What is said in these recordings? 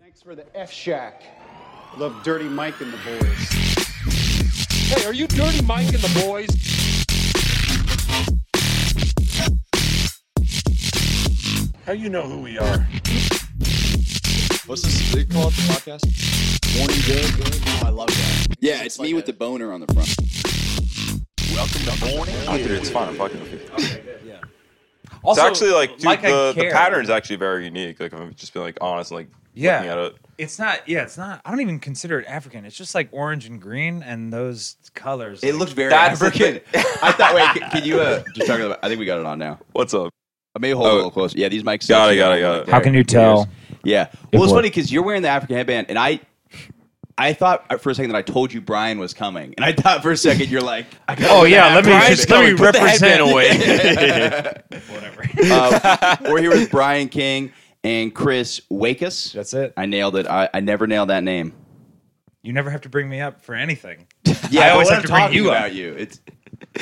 Makes for the F Shack. Love Dirty Mike and the boys. Hey, are you Dirty Mike and the boys? How you know who we are? What's this? They call it the podcast? Morning good. Oh, I love that. Yeah, it's me with the boner on the front. Oh, dude, it's fun. I'm fucking with you. Also, it's actually like, dude, I the, the care. pattern's actually very unique. Like, I'm just being like honest, and, like Yeah. looking at it. It's not. Yeah, it's not. I don't even consider it African. It's just like orange and green and those colors. It like- looked very That's African. I thought. Wait, can, can you uh, just talk about? I think we got it on now. What's up? I may hold a Oh. little closer. Yeah, these mics. Got it, actually- got it, got it. There. How can you tell? Yeah. Well, it's worked. funny because you're wearing the African headband, and I, I thought for a second that I told you Brian was coming, and I thought for a second you're like, I got Oh an yeah, let me African just let me headband. Put the represent away. headband Um, we're here with Brian King and Chris Wakus. That's it. I nailed it. I, I never nailed that name. You never have to bring me up for anything. Yeah, I always but have we're to bring not talking you up. about you. It's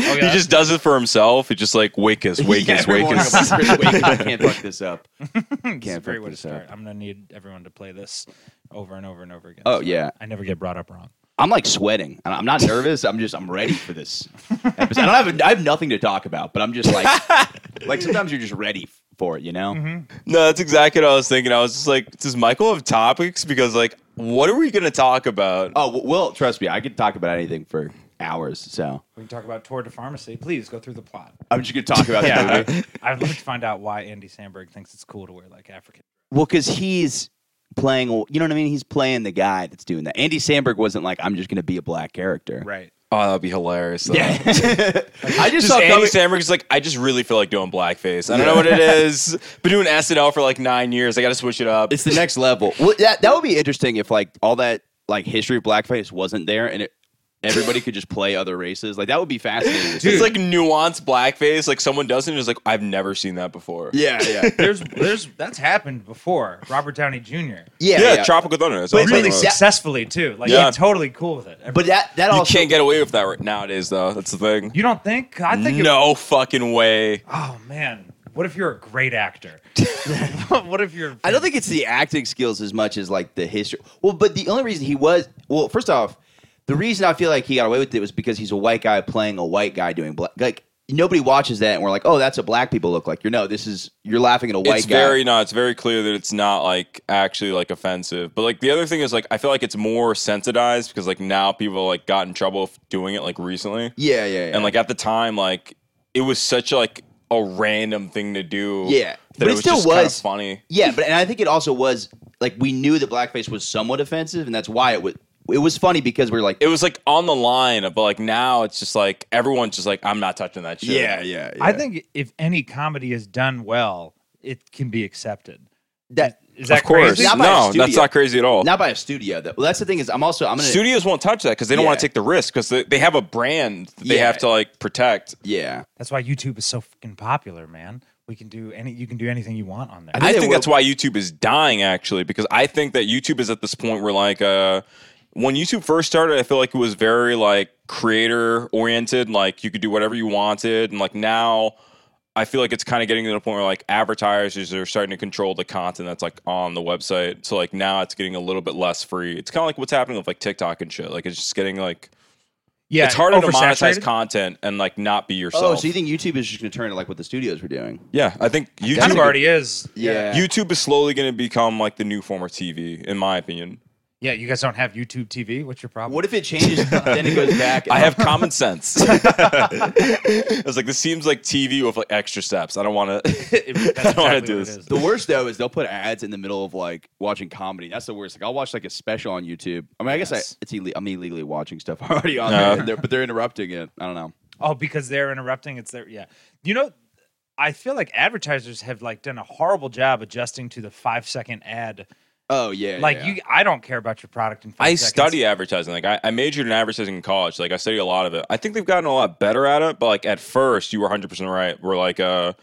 Oh, He just does it for himself. He just like wake us, wake Yeah, us, wake everyone us. else is pretty weak. I can't fuck this up. This is a fuck great way to this up. start. I'm gonna need everyone to play this over and over and over again. Oh so yeah, I never get brought up wrong. I'm like sweating. I- I'm not nervous. I'm just I'm ready for this episode. I don't have a, I have nothing to talk about, but I'm just like like sometimes you're just ready for it, you know? Mm-hmm. No, that's exactly what I was thinking. I was just like, does Michael have topics? Because like, what are we gonna talk about? Oh w- well, trust me, I could talk about anything for hours. So We can talk about Tour de Pharmacy. Please go through the plot. I'm just gonna talk about Yeah. the movie. I'd love to find out why Andy Sandberg thinks it's cool to wear like African. Well, because he's playing. You know what I mean? He's playing the guy that's doing that. Andy Samberg wasn't like I'm just gonna be a black character. Right. Oh, that'd be hilarious. though. Yeah. I just, Just saw Andy coming- Samberg's like, I just really feel like doing blackface. I don't know what it is. Been doing SNL for like nine years. I got to switch it up. It's the next level. Well, that that would be interesting if like all that like history of blackface wasn't there and it, everybody could just play other races. Like that would be fascinating. to see. It's like nuanced blackface. Like someone does it and is like, I've never seen that before. yeah, yeah, There's there's that's happened before. Robert Downey Jr. yeah, Yeah, yeah. Tropical Thunder. That's But what I'm really talking about. successfully too. Like Yeah. he's totally cool with it. But that that You also can't get away with that right nowadays, though. That's the thing. you don't think? I think. it- no fucking way. oh man, what if you're a great actor? what if you're? I don't think it's the acting skills as much as like the history. Well, but the only reason he was well, first off, the reason I feel like he got away with it was because he's a white guy playing a white guy doing black. Like nobody watches that and we're like, oh, that's what black people look like. You're no, this is you're laughing at a white it's guy. very no. It's very clear that it's not like actually like offensive. But like the other thing is like I feel like it's more sensitized because like now people like got in trouble f- doing it like recently. yeah, yeah, yeah. And like at the time, like it was such like a random thing to do. Yeah. that But it it was still just kinda was- funny. Yeah, but and I think it also was like we knew that blackface was somewhat offensive, and that's why it was it was funny because we were like, "Oh, It was like on the line, but like now it's just like everyone's just like I'm not touching that shit. yeah, I think if any comedy is done well, it can be accepted. that Is that of course. crazy? Not by a No, studio. that's not crazy at all. not by a studio though. Well, that's the thing is, I'm also I'm gonna Studios won't touch that because they don't Yeah. want to take the risk because they, they have a brand that they Yeah. have to like protect. yeah. That's why YouTube is so fucking popular, man. We can do any. You can do anything you want on there. I they think will- that's why YouTube is dying actually because I think that YouTube is at this point where like uh when YouTube first started I feel like it was very like creator oriented like you could do whatever you wanted and like now I feel like it's kind of getting to the point where like advertisers are starting to control the content that's like on the website so like now it's getting a little bit less free it's kind of like what's happening with like TikTok and shit like it's just getting like yeah, it's harder to monetize oversaturated? content and like not be yourself Oh, so you think YouTube is just gonna turn to like what the studios were doing? yeah I think YouTube YouTube already is. YouTube is slowly going to become like the new form of TV, in my opinion. Yeah, you guys don't have YouTube TV. What's your problem? What if it changes? then it goes back. I have common sense. I was like, this seems like TV with like extra steps. I don't want to. That's don't wanna exactly do what it this. is. The worst though is they'll put ads in the middle of like watching comedy. That's the worst. Like I'll watch like a special on YouTube. I mean, I guess I, Yes. it's ille- I'm illegally watching stuff already on Uh. there, they're- but they're interrupting it. I don't know. Oh, because they're interrupting. It's their yeah. You know, I feel like advertisers have like done a horrible job adjusting to the five second ad. Oh yeah, Like yeah. you, I don't care about your product in five I seconds. study advertising. Like, I, I majored in advertising in college. Like, I study a lot of it. I think they've gotten a lot better at it, but like at first, you were 100% right. We're like, uh,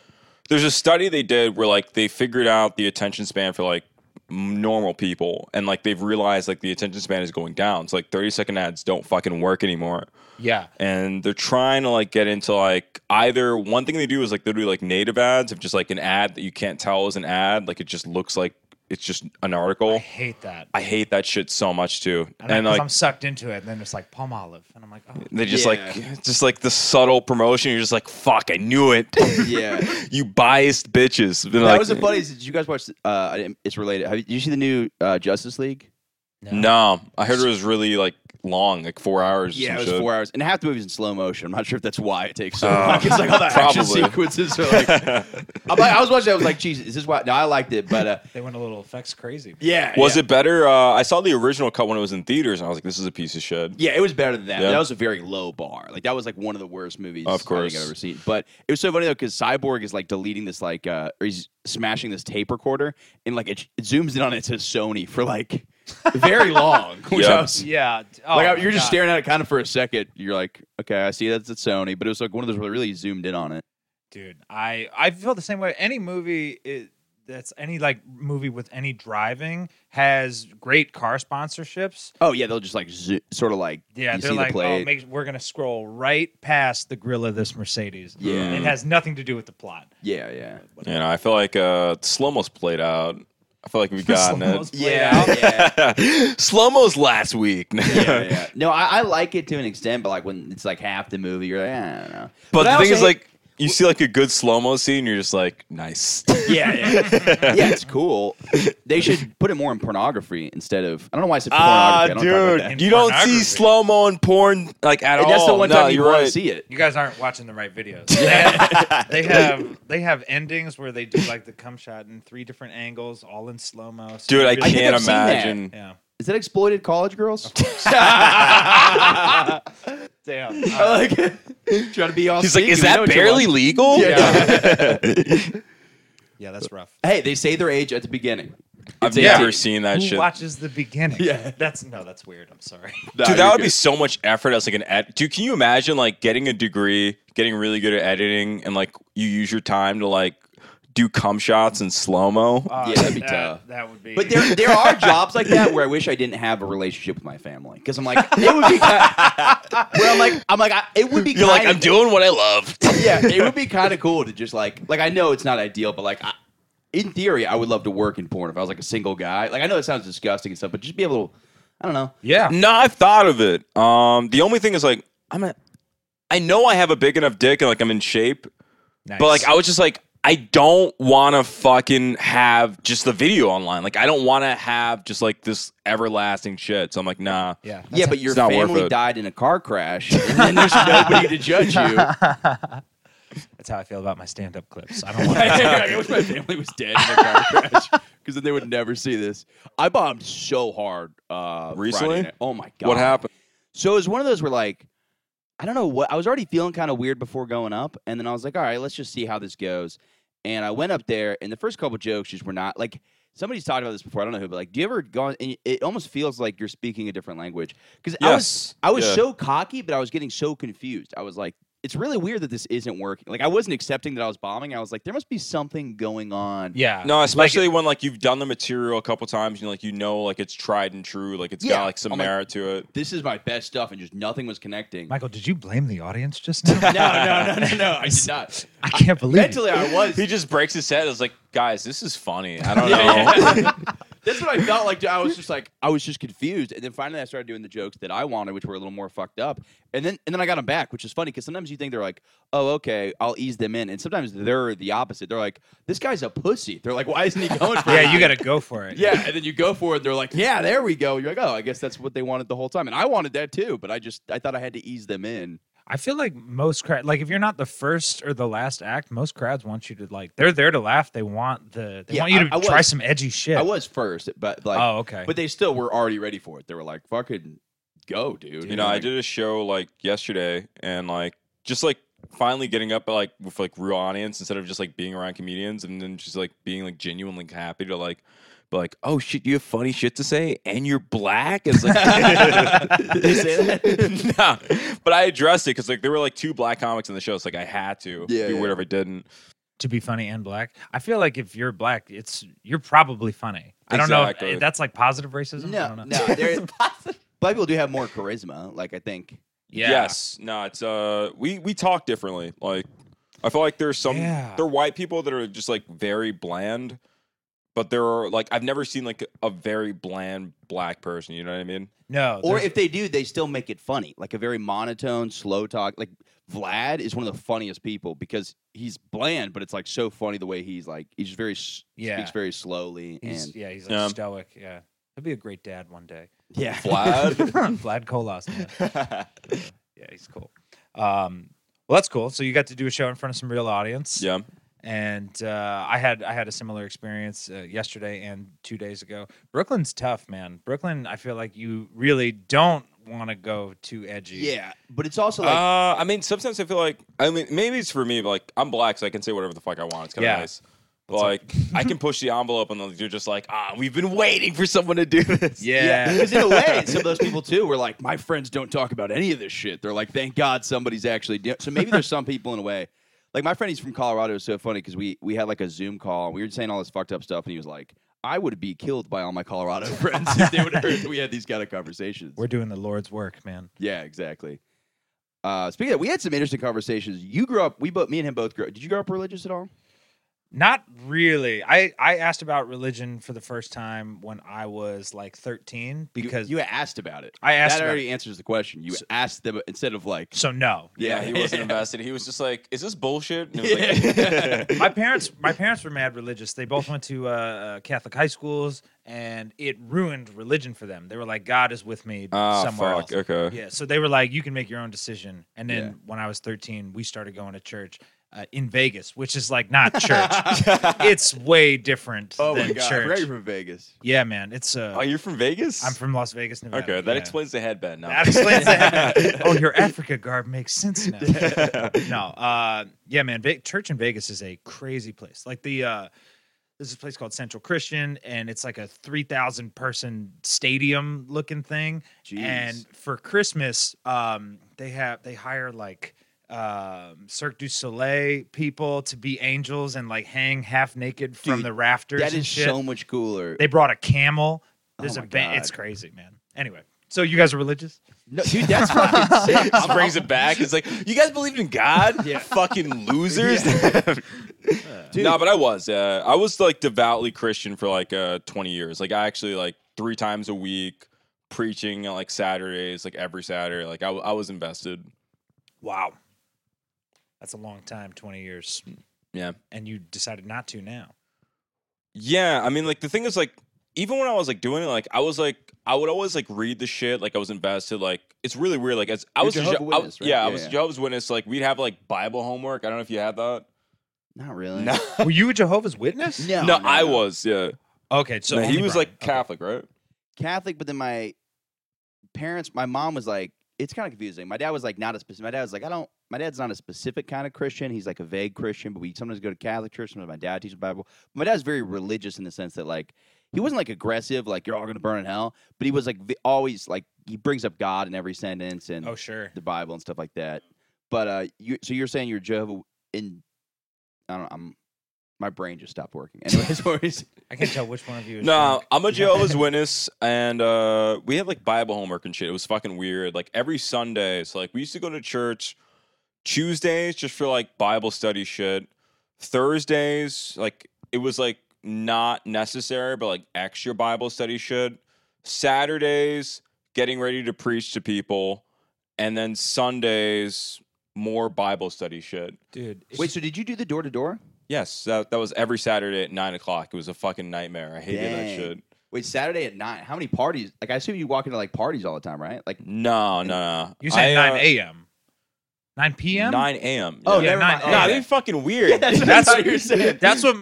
there's a study they did where like they figured out the attention span for like m- normal people and like they've realized like the attention span is going down. So like 30 second ads don't fucking work anymore. Yeah, and they're trying to like get into like either one thing they do is like they'll do like native ads of just like an ad that you can't tell is an ad like it just looks like it's just an article. I hate that. I hate that shit so much too. I And, know, 'cause like I'm sucked into it, and then it's like palm olive, and I'm like, oh. they just Yeah. like just like the subtle promotion. You're just like, fuck, I knew it. Yeah. you biased bitches. They're that like- was the funniest. Did you guys watch? Uh, I didn't- it's related. Have you, did you see the new uh, Justice League? No, I heard it was really like long, like four hours. or Yeah, some it was shit. four hours, and half the movie's in slow motion. I'm not sure if that's why it takes so Oh. long. It's like all the action Probably. sequences are like. I'm like- I was watching. I was like, "Geez, is this why?" No, I liked it, but uh, They went a little effects crazy. yeah, Was yeah. it better? Uh, I saw the original cut when it was in theaters, and I was like, "This is a piece of shit." Yeah, it was better than that. Yeah. That was a very low bar. Like that was like one of the worst movies Of I think course. I've ever seen. But it was so funny though because Cyborg is like deleting this like uh or he's smashing this tape recorder and like it, it zooms in on it, it says Sony for like very long. Which Yeah. I was Yeah. d- oh like I- my you're just God. staring at it kind of for a second. You're like, okay, I see that's at Sony, but it was like one of those where they really zoomed in on it. dude. I I feel the same way. Any movie it, that's any like movie with any driving has great car sponsorships. Oh yeah, they'll just like zo- sort of like Yeah, you they're see like, the plate. oh, make, we're gonna scroll right past the grill of this Mercedes. Yeah. it has nothing to do with the plot. yeah, yeah. You know, I feel like uh, slow mo's played out. I feel like we've gotten Slow-mo's it. played out. yeah. slow mo's last week. yeah, yeah. No, I, I like it to an extent, but like when it's like half the movie, you're like, eh, I don't know. But, I the thing also is, hate- like, you see like a good slow mo scene, you're just like, nice. Yeah, yeah. yeah, it's cool. They should put it more in pornography instead of. I don't know why I said Ah, pornography. I don't talk about that. In Ah, you don't pornography. see slow mo in porn like at all. And that's the one No, time you you're want right. to see it. You guys aren't watching the right videos. They have, they have they have endings where they do like the cum shot in three different angles, all in slow mo. Dude, I think can't I've seen that. imagine. Yeah. Is that exploited college girls? Damn. I like it. Trying to be all. He's like, sneaky. is We know that what you barely want." legal? yeah, that's rough. Hey, they say their age at the beginning. I've Yeah. never seen that Who shit. watches the beginning? Yeah. That's no, that's weird. I'm sorry. Dude, that would be so much effort as like an ed. Dude, can you imagine like getting a degree, getting really good at editing, and like you use your time to like do cum shots in slow mo? Uh, Yeah, that'd be that, tough. That would be. But there, there are jobs like that where I wish I didn't have a relationship with my family because I'm like, it would be. Kind where I'm like, I'm like, I, it would be. You're like, kinda- I'm doing what I love. yeah, it would be kind of cool to just like, like I know it's not ideal, but like, I, in theory, I would love to work in porn if I was like a single guy. Like I know it sounds disgusting and stuff, but just be able to, I don't know. yeah. no, I've thought of it. Um, the only thing is like, I'm a, I know I have a big enough dick and like I'm in shape, Nice. but like I was just like, I don't want to fucking have just the video online. Like I don't want to have just like this everlasting shit. So I'm like, nah. yeah. yeah, but your It's not worth family it. died in a car crash, and then there's nobody to judge you. That's how I feel about my stand-up clips. I don't want. I wish my family was dead in a car crash because then they would never see this. I bombed so hard uh, Friday Recently? night. Oh my god, What happened? So it was one of those where like I don't know what I was already feeling kind of weird before going up, and then I was like, all right, let's just see how this goes. And I went up there, and the first couple jokes just were not like somebody's talked about this before. I don't know who, but like, do you ever gone? And it almost feels like you're speaking a different language because I was Yes. I was Yeah. so cocky, but I was getting so confused. I was like. It's really weird that this isn't working. Like I wasn't accepting that I was bombing. I was like, there must be something going on. yeah. No, especially when like you've done the material a couple times and like you know like it's tried and true, like it's Yeah. got like some I'm like- merit to it. This is my best stuff, and just nothing was connecting. Michael, did you blame the audience just now? no, no, no, no, no. I did not. I can't believe it. Mentally, I was. He just breaks his head. It's like, guys, this is funny. I don't know. That's what I felt like. dude. I was just like, I was just confused, and then finally I started doing the jokes that I wanted, which were a little more fucked up, and then and then I got them back, which is funny because sometimes you think they're like, oh, okay, I'll ease them in, and sometimes they're the opposite. They're like, this guy's a pussy. They're like, why isn't he going for? Yeah, it? you got to go for it. Yeah, and then you go for it. They're like, yeah, there we go. You're like, oh, I guess that's what they wanted the whole time, and I wanted that too, but I just I thought I had to ease them in. I feel like most crowd, like if you're not the first or the last act, most crowds want you to like. They're there to laugh. They want the. They Yeah, want you to I- I try was- some edgy shit. I was first, but like, oh, okay. but they still were already ready for it. They were like, fucking go, dude. you know, I Like, did a show like yesterday and like just like finally getting up like with like real audience instead of just like being around comedians and then just like being like genuinely happy to like be like, oh shit, you have funny shit to say and you're black. It's like They say that? no, but I addressed it because like there were like two black comics in the show, so like I had to Yeah, do yeah. whatever I didn't. to be funny and black. I feel like if you're black, it's you're probably funny. I don't know. Exactly. If, that's like positive racism. I No, don't know. no. There, black people do have more charisma. Like I think. Yeah. Yes. No, it's uh we we talk differently. Like I feel like there's some Yeah. there are white people that are just like very bland but there are like I've never seen like a very bland black person. You know what I mean? No. Or Oh, there's- if they do, they still make it funny, like a very monotone, slow talk. Like Vlad is one of the funniest people because he's bland, but it's like so funny the way he's like he's just very s- Yeah. speaks very slowly he's, and yeah, he's like Yeah. stoic. Yeah, he'll be a great dad one day. yeah. Vlad. Vlad Kolas, man. yeah, he's cool. Um, well, that's cool. So you got to do a show in front of some real audience. yeah. and uh, I had I had a similar experience uh, yesterday and two days ago. Brooklyn's tough, man. Brooklyn, I feel like you really don't want to go too edgy. yeah, but it's also like uh, I mean, sometimes I feel like I mean, maybe it's for me. but, Like I'm black, so I can say whatever the fuck I want. It's kind of Yeah. nice. But like I can push the envelope, and like, you're just like, ah, we've been waiting for someone to do this. yeah. because in a way, some of those people too were like, my friends don't talk about any of this shit. They're like, thank God somebody's actually doing. So maybe there's some people in a way. Like my friend, he's from Colorado. It's so funny because we we had like a Zoom call and we were saying all this fucked up stuff, and he was like, I would be killed by all my Colorado friends if they would have heard that we had these kind of conversations. We're doing the Lord's work, man. yeah, exactly. Uh, speaking of, that, we had some interesting conversations. You grew up. We both, me and him both grew. up. Did you grow up religious at all? Not really. I, I asked about religion for the first time when I was like 13 You- because you, asked about it. I asked That about already answers the question. You asked them instead of like. so no. Yeah, he wasn't invested. He was just like, "Is this bullshit?" And it was like, my parents my parents were mad religious they both went to uh, uh, catholic high schools and it ruined religion for them they were like god is with me Ah, somewhere fuck, else okay. yeah so they were like you can make your own decision and then Yeah. when i was 13 we started going to church uh, in vegas which is like not church it's way different Oh than my god! church Right from Vegas. yeah man it's uh, "Oh, you're from Vegas?" i'm from las vegas nevada Okay, that yeah. explains the headband. Now, That explains that. oh, your Africa garb makes sense now. no, uh, yeah, man. Ve- church in Vegas is a crazy place. Like the uh, this is a place called Central Christian, and it's like a three thousand person stadium looking thing. Jeez. And for Christmas, um, they have they hire like um Cirque du Soleil people to be angels and like hang half naked from Dude, the rafters. That and is shit. so much cooler. They brought a camel. There's Oh a my band. God. It's crazy, man. Anyway, so you guys are religious? No, dude, that's fucking sick. Just brings it back. It's like, you guys believed in God? Yeah. Fucking losers. no, but I was. Uh, I was like devoutly Christian for like uh, 20 years. Like I actually like three times a week preaching on like Saturdays, like every Saturday. Like I, w- I was invested. Wow. That's a long time, 20 years. Yeah. And you decided not to now. Yeah, I mean, like the thing is, like even when I was like doing it, like I was like I would always like read the shit, like I was invested. Like it's really weird. Like as I You're was, a Jehovah's Je- I Witness, was- right? yeah, I Yeah, was a yeah. Jehovah's Witness. Like we'd have like Bible homework. I don't know if you had that. Not really. No. Were you a Jehovah's Witness? No, no, I was. Yeah, Okay. So No, he only was Brian. like Okay. Catholic, right? Catholic, but then my parents, my mom was like, it's kind of confusing. My dad was like, not a specific. My dad was like, I don't. My dad's not a specific kind of Christian. He's like a vague Christian, but we sometimes go to Catholic church. Sometimes my dad teaches the Bible. My dad's very religious in the sense that like he wasn't like aggressive, like you're all gonna burn in hell. But he was like v- always like he brings up God in every sentence and Oh, sure. the Bible and stuff like that. But uh, you so you're saying you're Jehovah in I don't know, I'm my brain just stopped working. Anyways, what were you saying? I can't tell which one of you is. No, drunk. I'm a Jehovah's Witness, and uh, we had like Bible homework and shit. It was fucking weird. Like every Sunday, so like we used to go to church Tuesdays just for like Bible study shit. Thursdays, like it was like not necessary, but like extra Bible study shit. Saturdays, getting ready to preach to people, and then Sundays, more Bible study shit. Dude. it's wait, just- so did you do the door to door? Yes, that, that was every Saturday at nine o'clock. It was a fucking nightmare. I hated Dang. that shit. Wait, Saturday at nine. How many parties? Like I assume you walk into like parties all the time, right? Like No, no, uh, no. you said uh, 9 a.m. a.m. 9 p.m.? 9 a.m. Oh, yeah. never nine- mind. yeah, Nah, Oh, they're fucking weird. that's, That's- what you're saying. That's what.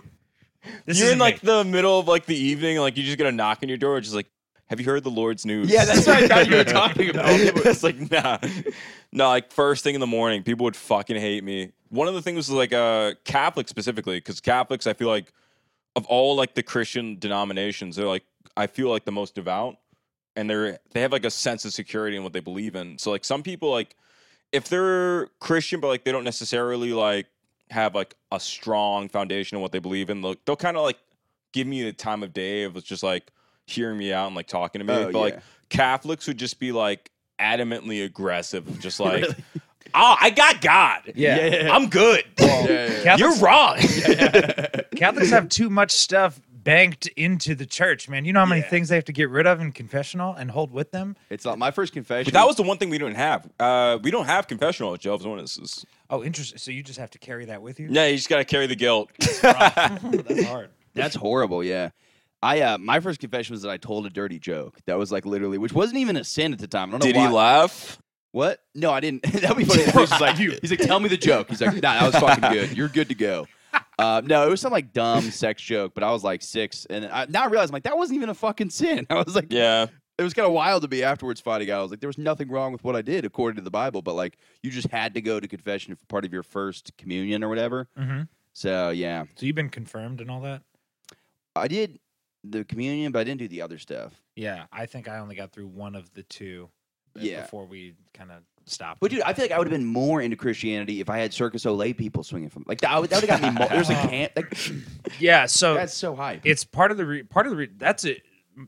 This You're isn't in like me. the middle of like the evening, like you just get a knock on your door, just like, have you heard the Lord's news? yeah, that's what I thought you were talking about. it's like nah, no. Like first thing in the morning, people would fucking hate me. One of the things was like uh Catholic specifically, because Catholics, I feel like of all like the Christian denominations, they're like I feel like the most devout, and they're they have like a sense of security in what they believe in. So like some people like if they're Christian, but like they don't necessarily like have like a strong foundation in what they believe in, they'll, they'll kind of like give me the time of day of just like hearing me out and like talking to me. Oh, but like yeah. Catholics would just be like adamantly aggressive, of just like, oh, I got God. Yeah. I'm good. yeah, yeah. Catholics, You're wrong. Catholics have too much stuff banked into the church, man. You know how many Yeah. things they have to get rid of in confessional and hold with them? It's not my first confession. But that was the one thing we didn't have. Uh, we don't have confessional at Jehovah's Witnesses. Oh, interesting. So you just have to carry that with you? Yeah, you just got to carry the guilt. That's hard. That's horrible. Yeah. I uh, my first confession was that I told a dirty joke. That was like literally, which wasn't even a sin at the time. I don't know Did why. he laugh? What? No, I didn't. That'd be funny. if Chris was like, he's like, tell me the joke. He's like, nah, that was fucking good. You're good to go. Uh, no, it was some like dumb sex joke, but I was like six, and I, now I realize I'm like that wasn't even a fucking sin. I was like, Yeah. it was kind of wild to be afterwards fighting out. I was like, there was nothing wrong with what I did according to the Bible, but like you just had to go to confession for part of your first communion or whatever. Mhm. So yeah, So you've been confirmed and all that? I did the communion, but I didn't do the other stuff. Yeah, I think I only got through one of the two uh, Yeah. before we kind of stopped. But dude, I feel like I would have been more into Christianity if I had Circus Olay people swinging from like that. Would, that would have got me more. There's a camp like yeah, so that's so hype. it's part of the re- part of the re- that's it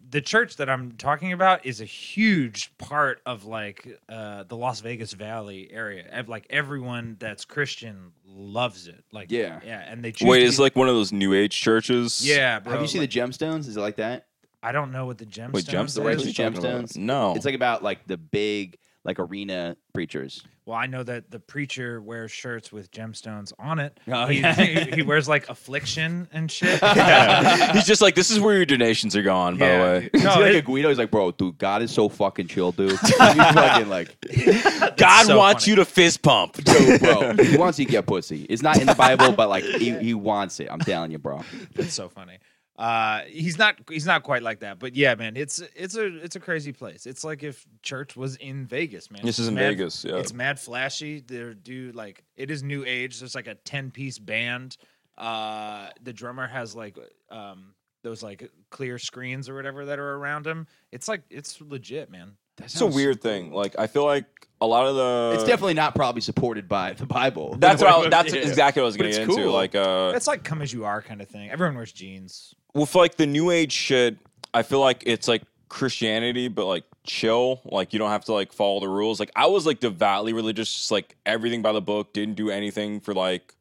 the church that i'm talking about is a huge part of like uh the las vegas valley area Ev- like everyone that's christian loves it like Yeah. yeah and they choose Wait, to it's be- like one of those New Age churches. yeah bro, Have you seen like, the gemstones? Is it like that? i don't know what the gemstones Wait, jumps the Gemstones? right is. Righteous Gemstones? No. It's like about like the big like arena preachers. well i know that the preacher wears shirts with gemstones on it Oh, he, yeah. he, he wears like affliction and shit Yeah. He's just like, this is where your donations are gone, by Yeah. the way. No, No, like it- a Guido. He's like, bro, dude, God is so fucking chill, dude. He's fucking like, God so wants funny. you to fist pump. yo, bro, he wants you to get pussy. It's not in the Bible, but like, he, he wants it. I'm telling you, bro. That's so funny. Uh, he's not he's not quite like that, but yeah, man, it's it's a it's a crazy place. It's like if church was in Vegas, man. This It's is in mad- Vegas, yeah. it's mad flashy. They're do like it is new age. There's like a ten piece band. Uh, the drummer has like um those like clear screens or whatever that are around him. It's like it's legit, man. It's a weird thing. Like, I feel like a lot of the. It's definitely not probably supported by the Bible. That's what I, that's Yeah. exactly what I was But going to get it's into. cool. Like, uh, It's like come as you are kind of thing. Everyone wears jeans. with like the new age shit, I feel like it's like Christianity, but like chill. Like you don't have to like follow the rules. Like I was like devoutly religious, just like everything by the book, didn't do anything for like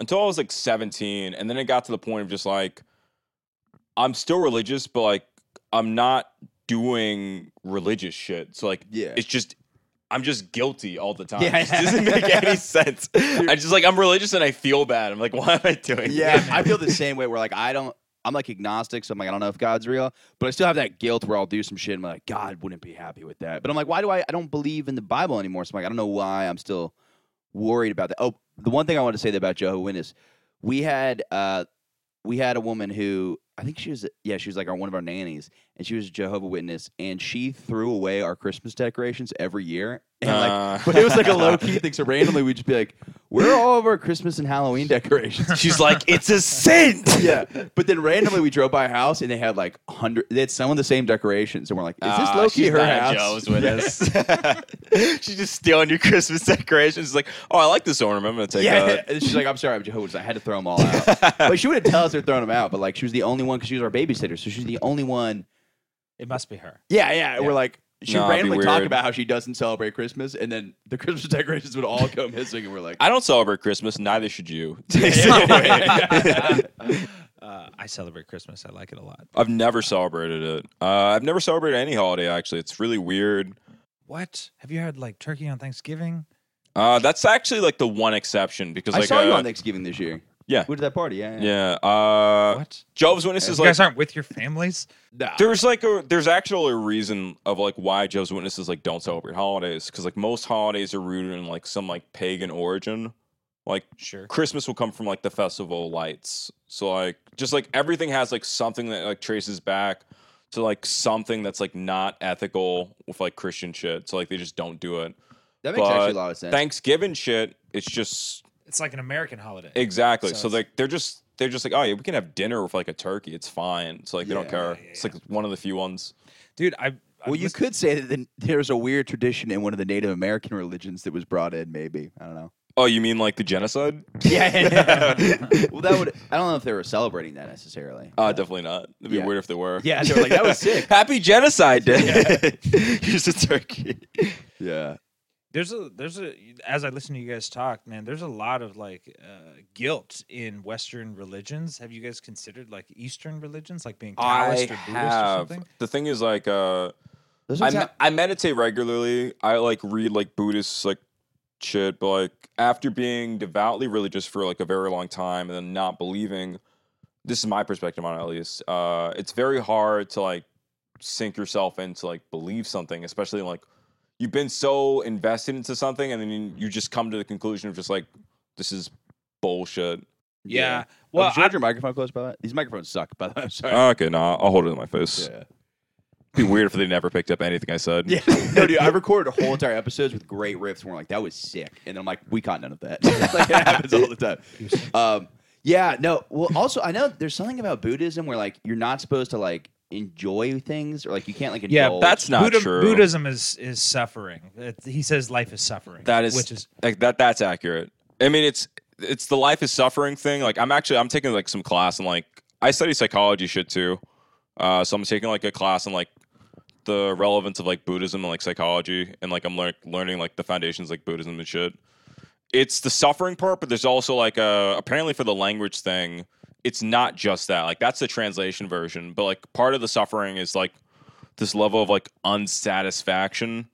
until I was like 17. And then it got to the point of just like, I'm still religious, but like I'm not doing religious shit. So like, Yeah. it's just. I'm just guilty all the time. Yeah. It doesn't make any sense. I just like I'm religious and I feel bad. I'm like, why am I doing? this? Yeah, I feel the same way. Where like I don't, I'm like agnostic, so I'm like I don't know if God's real, but I still have that guilt where I'll do some shit and I'm like God wouldn't be happy with that. But I'm like, why do I? I don't believe in the Bible anymore, so I'm like I don't know why I'm still worried about that. Oh, the one thing I wanted to say about Jehovah Witness, we had uh, we had a woman who I think she was yeah she was like our one of our nannies, and she was a Jehovah Witness, and she threw away our Christmas decorations every year, and like Uh. but it was like a low key thing. So randomly we'd just be like, "Where are all of our Christmas and Halloween decorations?" She's like, it's a sin. yeah. But then randomly we drove by a house and they had like hundred. They had some of the same decorations, and we're like, "Is this Ah, low key she's her not a house?" Joe's with us. she's just stealing your Christmas decorations. She's like, oh, I like this ornament. I'm gonna take Yeah, that. and she's like, "I'm sorry, I'm Jehovah's. I had to throw them all out." but she wouldn't tell us they're throwing them out. But like, she was the only one because she was our babysitter, so she's the only one. It must be her. Yeah, yeah. and We're like, she Nah, would it'd be randomly talk weird. about how she doesn't celebrate Christmas, and then the Christmas decorations would all go missing, and we're like, I don't celebrate Christmas. Neither should you. Uh, I celebrate Christmas. I like it a lot. I've never celebrated it. Uh, I've never celebrated any holiday. Actually, it's really weird. What have you had like turkey on Thanksgiving? Uh, that's actually like the one exception because "I like saw you uh, on Thanksgiving this year. yeah, Went to that party. Yeah, yeah. Uh, What? Jehovah's Witnesses you like guys aren't with your families. Nah. There's like a there's actually a reason of like why Jehovah's Witnesses like don't celebrate holidays because like most holidays are rooted in like some like pagan origin. Like Sure. Christmas will come from like the festival lights. So like just like everything has like something that like traces back to like something that's like not ethical with like Christian shit. So like they just don't do it. that makes But actually a lot of sense. Thanksgiving shit, it's just It's like an American holiday. exactly. So So, it's- like they're just they're just like, oh yeah, we can have dinner with like a turkey. It's fine. So like they don't care. It's like one of the few ones. Dude, I, I Well, you listen- could say that the, there's a weird tradition in one of the Native American religions that was brought in. Maybe I don't know. Oh, you mean like the genocide? Uh, Yeah. well, that would. I don't know if they were celebrating that necessarily. Uh, definitely not. It'd be Yeah. weird if they were. Yeah, they were like, "That was sick." Happy genocide day. Here's a turkey. Yeah. there's a there's a as I listen to you guys talk, man, there's a lot of like uh, guilt in Western religions. Have you guys considered like Eastern religions, like being Taoist or Buddhist or something? The thing is, like, uh, Those I, ones me- have- I meditate regularly. I like read like Buddhist like shit, but like after being devoutly religious for like a very long time and then not believing, this is my perspective on it at least. Uh, it's very hard to like sink yourself into like believe something, especially like you've been so invested into something and then you- you just come to the conclusion of just like this is bullshit. Yeah. Yeah. Well, oh, should you hold your microphone close by that? These microphones suck, by the way. I'm sorry. Uh, Okay, no, I'll hold it in my face. yeah. It'd be weird if they never picked up anything I said. Yeah. No, dude, I recorded whole entire episodes with great riffs where I'm like, that was sick. And then I'm like, we caught none of that. like, it happens all the time. Um, yeah, no. Well, also, I know there's something about Buddhism where, like, you're not supposed to, like, enjoy things or, like, you can't, like, Yeah, indulge. That's not Buddha- true. Buddhism is is suffering. It- he says life is suffering. That is, which is like that. That's accurate. I mean, it's it's the life is suffering thing. Like I'm actually I'm taking like some class and like I study psychology shit too. Uh, so I'm taking like a class on like the relevance of like Buddhism and like psychology and like I'm lear- learning like the foundations like Buddhism and shit. It's the suffering part, but there's also like a apparently for the language thing, it's not just that. Like that's the translation version, but like part of the suffering is like this level of like unsatisfaction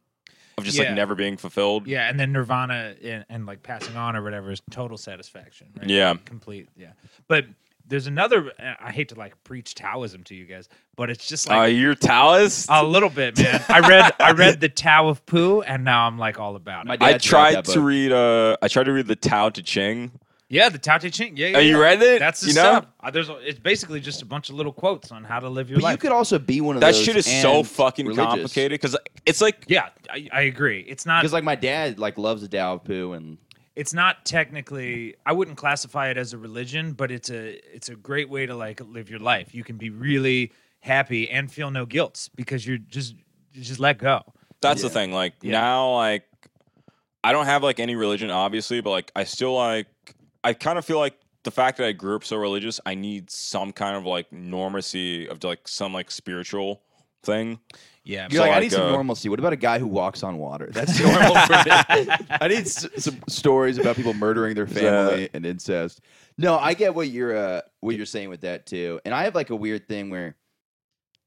of just Yeah. like never being fulfilled. yeah, and then Nirvana and, and like passing on or whatever is total satisfaction. Right? Yeah. complete. Yeah, but there's another. uh, I hate to like preach Taoism to you guys, but it's just uh, like. you're Taoist. a little bit, man. I read I read the Tao of Pooh, and now I'm like all about it. My I dad's tried that to book. read. Uh, I tried to read the Tao Te Ching. Yeah, the Tao Te Ching. Yeah, yeah. Uh, you yeah. read it? That's the You know? stuff. Uh, There's a, it's basically just a bunch of little quotes on how to live your But you life. could also be one of That those shit is so and fucking religious. complicated because it's like yeah, I, I agree. It's not. Because, like, my dad, like, loves the Tao of Poo and It's not technically. I wouldn't classify it as a religion, but it's a. It's a great way to like live your life. You can be really happy and feel no guilt because you're just you just let go. that's the thing. Like now, like I don't have like any religion, obviously, but like I still like. I kind of feel like the fact that I grew up so religious, I need some kind of like normacy of like some like spiritual thing. Yeah, You're So, like, I like, need some uh, normalcy. What about a guy who walks on water? That's normal for me. I need s- some stories about people murdering their family and incest. No, I get what you're uh, what you're saying with that too. And I have like a weird thing where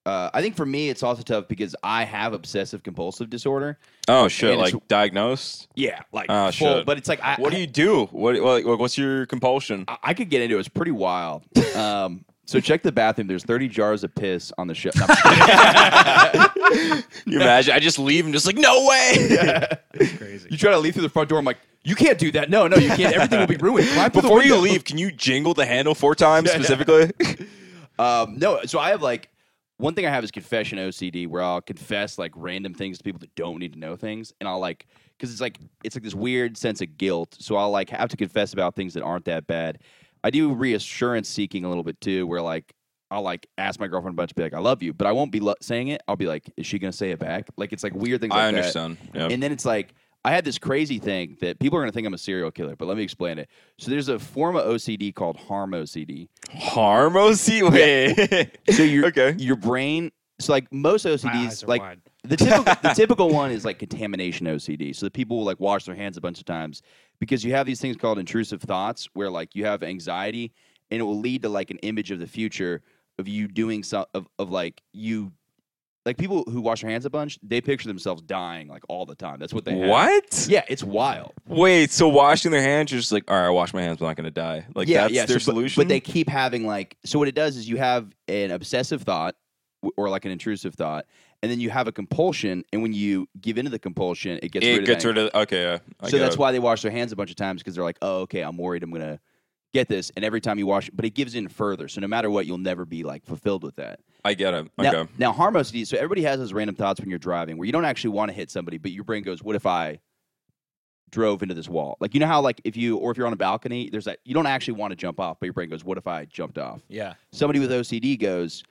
uh, I think for me it's also tough because I have obsessive compulsive disorder. Oh shit! And it's- like diagnosed. Yeah, like Oh, full- shit. But it's like I, What do you do? What, what what's your compulsion? I, I could get into it. It's pretty wild. Um, so check the bathroom. There's 30 jars of piss on the shelf. No, I'm just kidding. you imagine? I just leave and just like no way. you try to leave through the front door. I'm like, you can't do that. No, no, you can't. Everything will be ruined. Climb through the Before you window." leave, can you jingle the handle four times specifically? Um, no, so I have like one thing I have is confession OCD, where I'll confess like random things to people that don't need to know things, and I'll like because it's like it's like this weird sense of guilt. So I'll like have to confess about things that aren't that bad. I do reassurance seeking a little bit too, where like I'll like ask my girlfriend a bunch, be like, "I love you," but I won't be lo- saying it. I'll be like, "Is she gonna say it back?" Like it's like weird things. I like that. understand. Yeah. And then it's like I had this crazy thing that people are gonna think I'm a serial killer, but let me explain it. So there's a form of OCD called harm OCD. Harm OC way. So your Okay. your brain. So like most My eyes OCDs, are like wide. the typical the typical one is like contamination OCD. So the people will like wash their hands a bunch of times because you have these things called intrusive thoughts, where like you have anxiety, and it will lead to like an image of the future of you doing some of, of like you. Like people who wash their hands a bunch, they picture themselves dying like all the time. That's what they have. what? Yeah, it's wild. Wait, so washing their hands, you're just like, all right, I wash my hands, I'm not going to die. Like, that's their so- but- solution? But, they keep having like so what it does is you have an obsessive thought w- or like an intrusive thought, and then you have a compulsion, and when you give into the compulsion, it gets rid it of gets that. rid of, okay, yeah. I so get that's it. why they wash their hands a bunch of times because they're like, oh, okay, I'm worried I'm gonna get this, and every time you wash, but it gives in further. So no matter what, you'll never be like fulfilled with that. I get it. Okay. Now, now harm OCD. So everybody has those random thoughts when you're driving, where you don't actually want to hit somebody, but your brain goes, "What if I drove into this wall?" Like you know how like if you or if you're on a balcony, there's that you don't actually want to jump off, but your brain goes, "What if I jumped off?" Yeah, Somebody with OCD goes,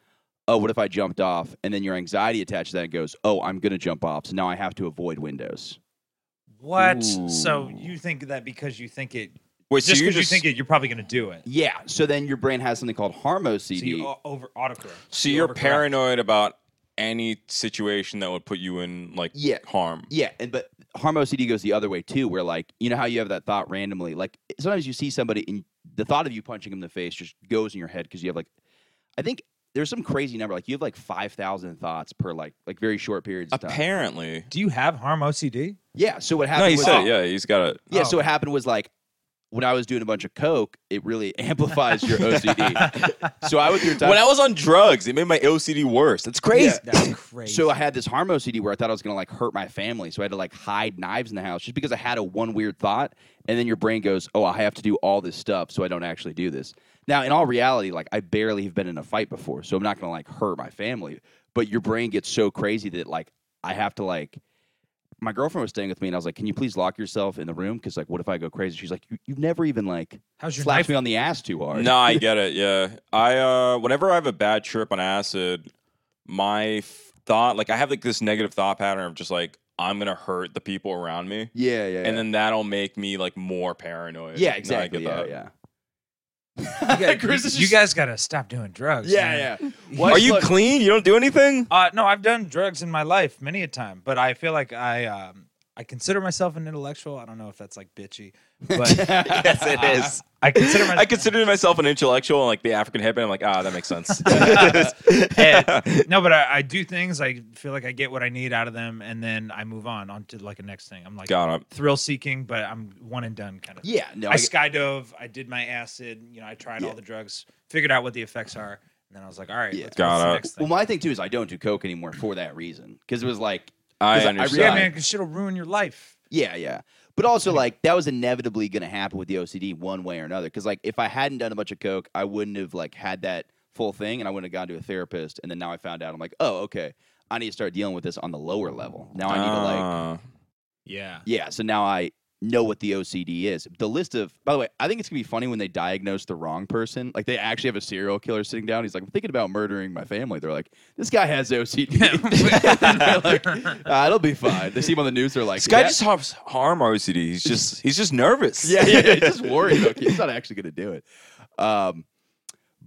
"Oh, what if I jumped off?" And then your anxiety attached to that goes, "Oh, I'm gonna jump off, so now I have to avoid windows." what? So you think that because you think it, Wait, just so you because you just, think it, you're probably going to do it. Yeah. So then your brain has something called harm OCD. So you o- over autocorrect. so You you're overcorrect. paranoid about any situation that would put you in like Yeah. harm. Yeah, and but harm OCD goes the other way too, where like you know how you have that thought randomly. Like sometimes you see somebody, and the thought of you punching them in the face just goes in your head because you have like, I think there's some crazy number. Like you have like five thousand thoughts per like like very short periods of time. Apparently, Do you have harm OCD? yeah. So what happened? no, he was, said, yeah, he's got it. Yeah. Oh. So what happened was like when I was doing a bunch of coke, it really amplifies your OCD. so I would do time. When I was on drugs, it made my OCD worse. That's crazy. That's crazy. So I had this harm OCD where I thought I was going to like hurt my family, so I had to like hide knives in the house just because I had a one weird thought, and then your brain goes, "Oh, I have to do all this stuff, so I don't actually do this." Now, in all reality, like I barely have been in a fight before, so I'm not going to like hurt my family. But your brain gets so crazy that like I have to like. My girlfriend was staying with me, and I was like, "Can you please lock yourself in the room? Because like, what if I go crazy?" She's like, "You, you never even like How's your slapped knife- me on the ass too hard." No, I get it. Yeah, I uh, whenever I have a bad trip on acid, my f- thought, like I have like this negative thought pattern of just like I'm gonna hurt the people around me, Yeah, yeah, and then that'll make me like more paranoid. No, yeah, I exactly. get Yeah, that. yeah. you guys, Chris is you just- guys gotta stop doing drugs. man. Yeah, yeah. Are you clean? You don't do anything. Uh, no, I've done drugs in my life many a time, but I feel like I um, I consider myself an intellectual. I don't know if that's like bitchy, but yes, it is. I consider myself. I consider myself an intellectual, and like the African hip, and I'm like, ah, that makes sense. And- no, but I, I do things. I feel like I get what I need out of them, and then I move on on to like the next thing. I'm like Got it. thrill seeking, but I'm one and done kind of. Yeah, no, I, I get- skydove. I did my acid. You know, I tried all the drugs, figured out what the effects are, and then I was like, all right, Yeah. let's go to Got the it. next thing. Well, my thing too is I don't do coke anymore for that reason because it was like, I 'cause understand. yeah, realized- man, because shit'll ruin your life. yeah, yeah. But also like that was inevitably going to happen with the OCD one way or another because like if I hadn't done a bunch of coke, I wouldn't have like had that full thing and I wouldn't have gone to a therapist. And then now I found out I'm like, oh, okay, I need to start dealing with this on the lower level. Now I need to like Ah. Yeah. Yeah, so now I know what the OCD is. The list of, by the way, I think it's gonna be funny when they diagnose the wrong person. Like they actually have a serial killer sitting down. He's like, I'm thinking about murdering my family. They're like, this guy has OCD. They're like, "Ah, it'll be fine. They see him on the news. They're like, This guy "Yeah." just hops harm OCD. He's just he's just nervous. yeah, yeah, yeah, he's just worried. about kids. He's not actually gonna do it. Um,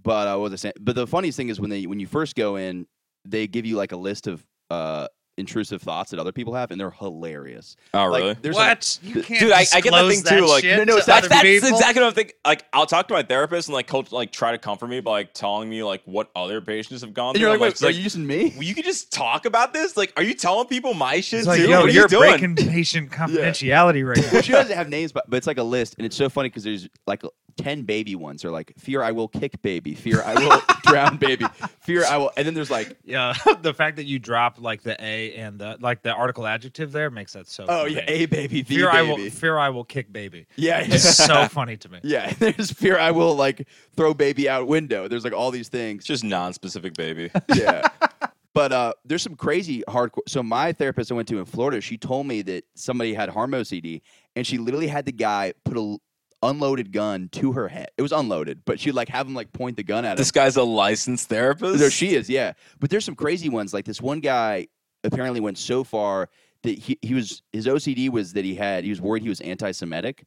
but I was I saying? But the funniest thing is when they when you first go in, they give you like a list of uh intrusive thoughts that other people have, and they're hilarious. Oh Like, really? there's like- what? you can't Dude, I, I get that disclose thing too. Like, shit to that's, other that's people? exactly what I'm thinking. Like, I'll talk to my therapist and like, coach, like, try to comfort me by like telling me like what other patients have gone and through. you're like, I'm wait, just are you using me? "Well, you can just talk about this. Like, are you telling people my shit It's like, too? yo, what are you're you doing? breaking patient confidentiality right now. she doesn't have names, but, but it's like a list, and it's so funny because there's like ten baby ones. They're like fear I will kick baby, fear I will drown baby, fear I will, and then there's like Yeah, the fact that you drop like the a and the like the article adjective there makes that so. oh funny. yeah a baby, the fear baby, I will fear I will kick baby. yeah, yeah. It's so funny to me. yeah. There's fear I will like throw baby out window. There's like all these It's things. just non-specific, baby. Yeah. But uh, there's some crazy hardcore. So my therapist I went to in Florida, she told me that somebody had harm OCD, and she literally had the guy put a l- unloaded gun to her head. It was unloaded, but she'd like have him like point the gun at him. this guy's a licensed therapist. No, she is, yeah. But there's some crazy ones. Like this one guy apparently went so far that he, he was his OCD was that he had he was worried he was anti-Semitic.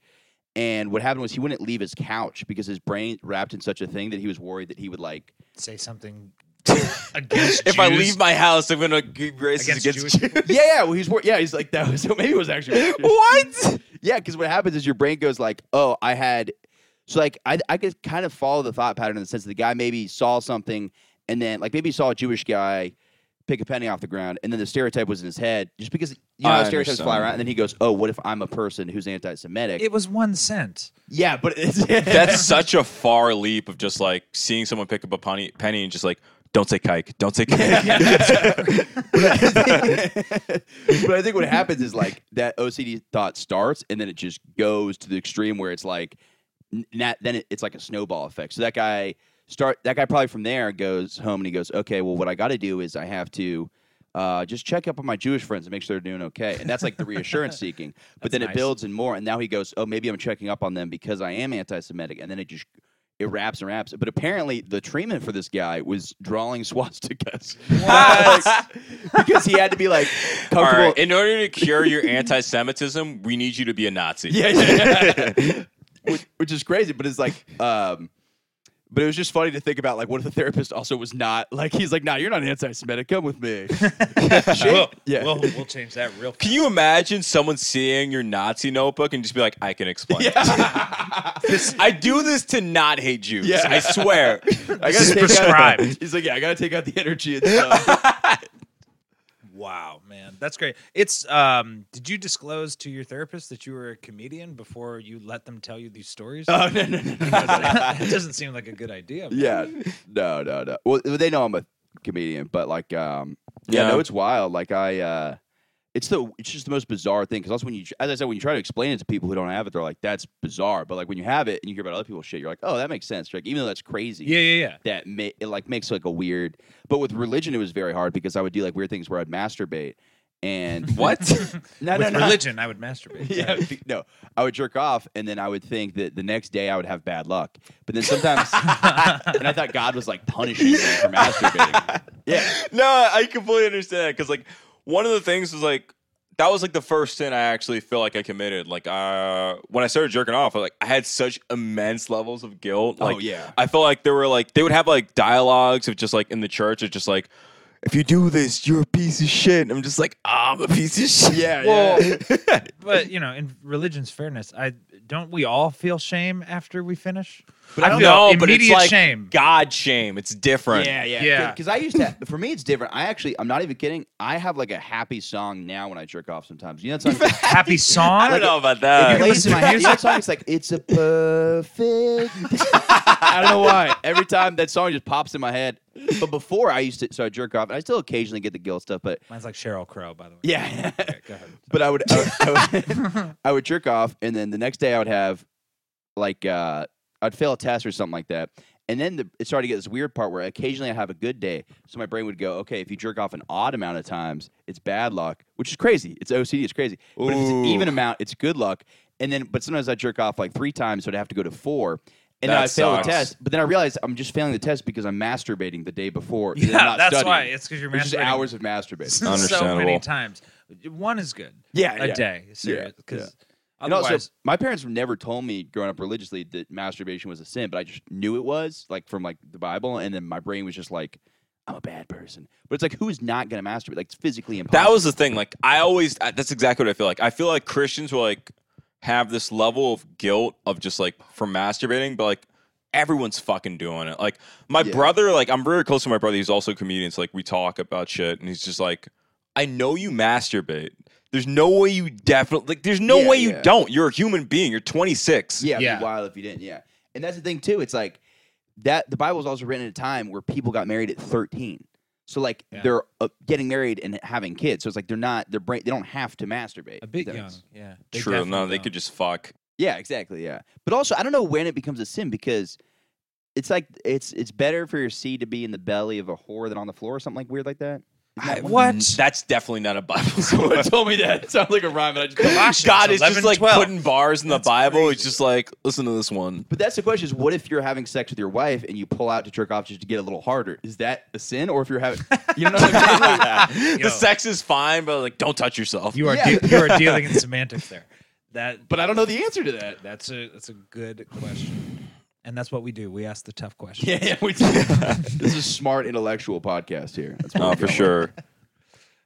And what happened was he wouldn't leave his couch because his brain wrapped in such a thing that he was worried that he would like Say something against. if I Jews. leave my house, I'm gonna be racist Against against. Jewish Jews. Yeah, yeah, well, he's wor- yeah, he's like that was so maybe it was actually what? Yeah, because what happens is your brain goes like, oh, I had. So like I I could kind of follow the thought pattern in the sense that the guy maybe saw something and then like maybe he saw a Jewish guy pick a penny off the ground and then the stereotype was in his head just because you know I how stereotypes fly understand. around and then he goes, oh, what if I'm a person who's anti-Semitic? it was one cent. yeah, but it's, That's such a far leap of just like seeing someone pick up a penny, penny and just like, don't say kike, don't say kike. but I think what happens is like that OCD thought starts and then it just goes to the extreme where it's like n- that then it, it's like a snowball effect. So that guy start that guy probably from there goes home and he goes, "Okay, well what I got to do is I have to uh, just check up on my Jewish friends and make sure they're doing okay. And that's like the reassurance seeking. But then it nice. builds and more. And now he goes, oh, maybe I'm checking up on them because I am anti Semitic. And then it just, it wraps and wraps. But apparently the treatment for this guy was drawing swastikas. because he had to be like comfortable. All right. In order to cure your anti-Semitism, we need you to be a Nazi. yeah, yeah. yeah. which, which is crazy, but it's like um, But it was just funny to think about, like, what if the therapist also was not like he's like, "Nah, you're not an anti-Semitic. Come with me." We'll, Yeah. we'll, we'll change that real Can you imagine someone seeing your Nazi notebook and just be like, I can explain. This- I do this to not hate Jews. Yeah. I swear. I This is take out, prescribed. He's like, "Yeah, I gotta take out the energy and stuff." Wow, man, that's great. It's um. Did you disclose to your therapist that you were a comedian before you let them tell you these stories? oh, no, no, no, no, no. that uh, doesn't seem like a good idea. man. Yeah. No, no, no. Well, they know I'm a comedian, but like, um, yeah, Yeah. no, it's wild. Like, I, uh, it's the, it's just the most bizarre thing. Cause also, when you, as I said, when you try to explain it to people who don't have it, they're like, that's bizarre. But like, when you have it and you hear about other people's shit, you're like, oh, that makes sense. Like, even though that's crazy. yeah, yeah, yeah. That ma- it like makes like a weird, but with religion it was very hard because I would do like weird things where I'd masturbate and What? no With no no religion, I would masturbate. yeah, I think- no, I would jerk off, and then I would think that the next day I would have bad luck. But then sometimes, and I thought God was like punishing me for masturbating. Yeah, no, I completely understand that because like one of the things was like that was like the first sin I actually feel like I committed. Like uh when I started jerking off, I, like I had such immense levels of guilt. Oh, Like yeah. I felt like there were like they would have like dialogues of just like in the church of just like if you do this, you're a piece of shit. And I'm just like, "Ah, I'm a piece of shit. yeah, Well, yeah. but you know, in religion's fairness, I don't we all feel shame after we finish? But I, I don't feel know, but it's immediate like shame. God shame. It's different. Yeah, yeah, Yeah. Because I used to. For me, it's different. I actually, I'm not even kidding. I have like a happy song now when I jerk off. Sometimes you know that song. Happy song. I don't know about It that. plays in my head. You know that song? It's like it's a perfect. day." I don't know why. Every time that song just pops in my head. But before I used to, so I jerk off, and I still occasionally get the guilt stuff. But Mine's like Cheryl Crow, by the way. yeah, Okay, go ahead. but I would I would, I would I would jerk off, and then the next day I would have like uh, I'd fail a test or something like that, and then the, it started to get this weird part where occasionally I have a good day, so my brain would go, okay, if you jerk off an odd amount of times, it's bad luck, which is crazy. It's OCD, it's crazy. But if it's an Ooh. even amount, it's good luck. And then, but sometimes I jerk off like three times, so I'd have to go to four. And then That I fail sucks. the test, but then I realize I'm just failing the test because I'm masturbating the day before. and I'm Yeah, not that's studying. why. It's 'cause you're It's just masturbating. hours of masturbating. so many Understandable. times. One is good. Yeah, a yeah. day. Serious, yeah. because And otherwise, also, my parents never told me growing up religiously that masturbation was a sin, but I just knew it was, like from like the Bible, and then my brain was just like, "I'm a bad person." But it's like, who is not going to masturbate? Like, it's physically impossible. That was the thing. Like I always, I- that's exactly what I feel like. I feel like Christians will like have this level of guilt of just like for masturbating, but like everyone's fucking doing it. Like my Yeah. brother, like I'm very close to my brother. He's also a comedian. So like we talk about shit, and he's just like, I know you masturbate. There's no way you definitely like. There's no Yeah, way yeah. you don't. You're a human being. You're 26. yeah, it'd Yeah. be wild if you didn't. Yeah, and that's the thing too. It's like that. The Bible was also written at a time where people got married at 13, so like Yeah. they're uh, getting married and having kids. So it's like they're not their brain. They don't have to masturbate. a bit That young. makes- Yeah, True. No, definitely they don't. could just fuck. Yeah, exactly. Yeah, but also I don't know when it becomes a sin because it's like it's it's better for your seed to be in the belly of a whore than on the floor or something like weird like that. What? That's definitely not a Bible. Someone told me that. It sounds like a rhyme, and I just Colossians God is 11, just like 12. putting bars in the Bible. It's just like listen to this one. But that's the question: is what if you're having sex with your wife and you pull out to jerk off just to get a little harder? Is that a sin, or if you're having you know what I'm saying? Yo. the sex is fine, but like don't touch yourself. You are Yeah. de- you are dealing in semantics there. That But I don't know the answer to that. that's a that's a good question, and that's what we do. We ask the tough questions. Yeah, yeah, we do. this is a smart intellectual podcast here. That's what oh, we're for going sure.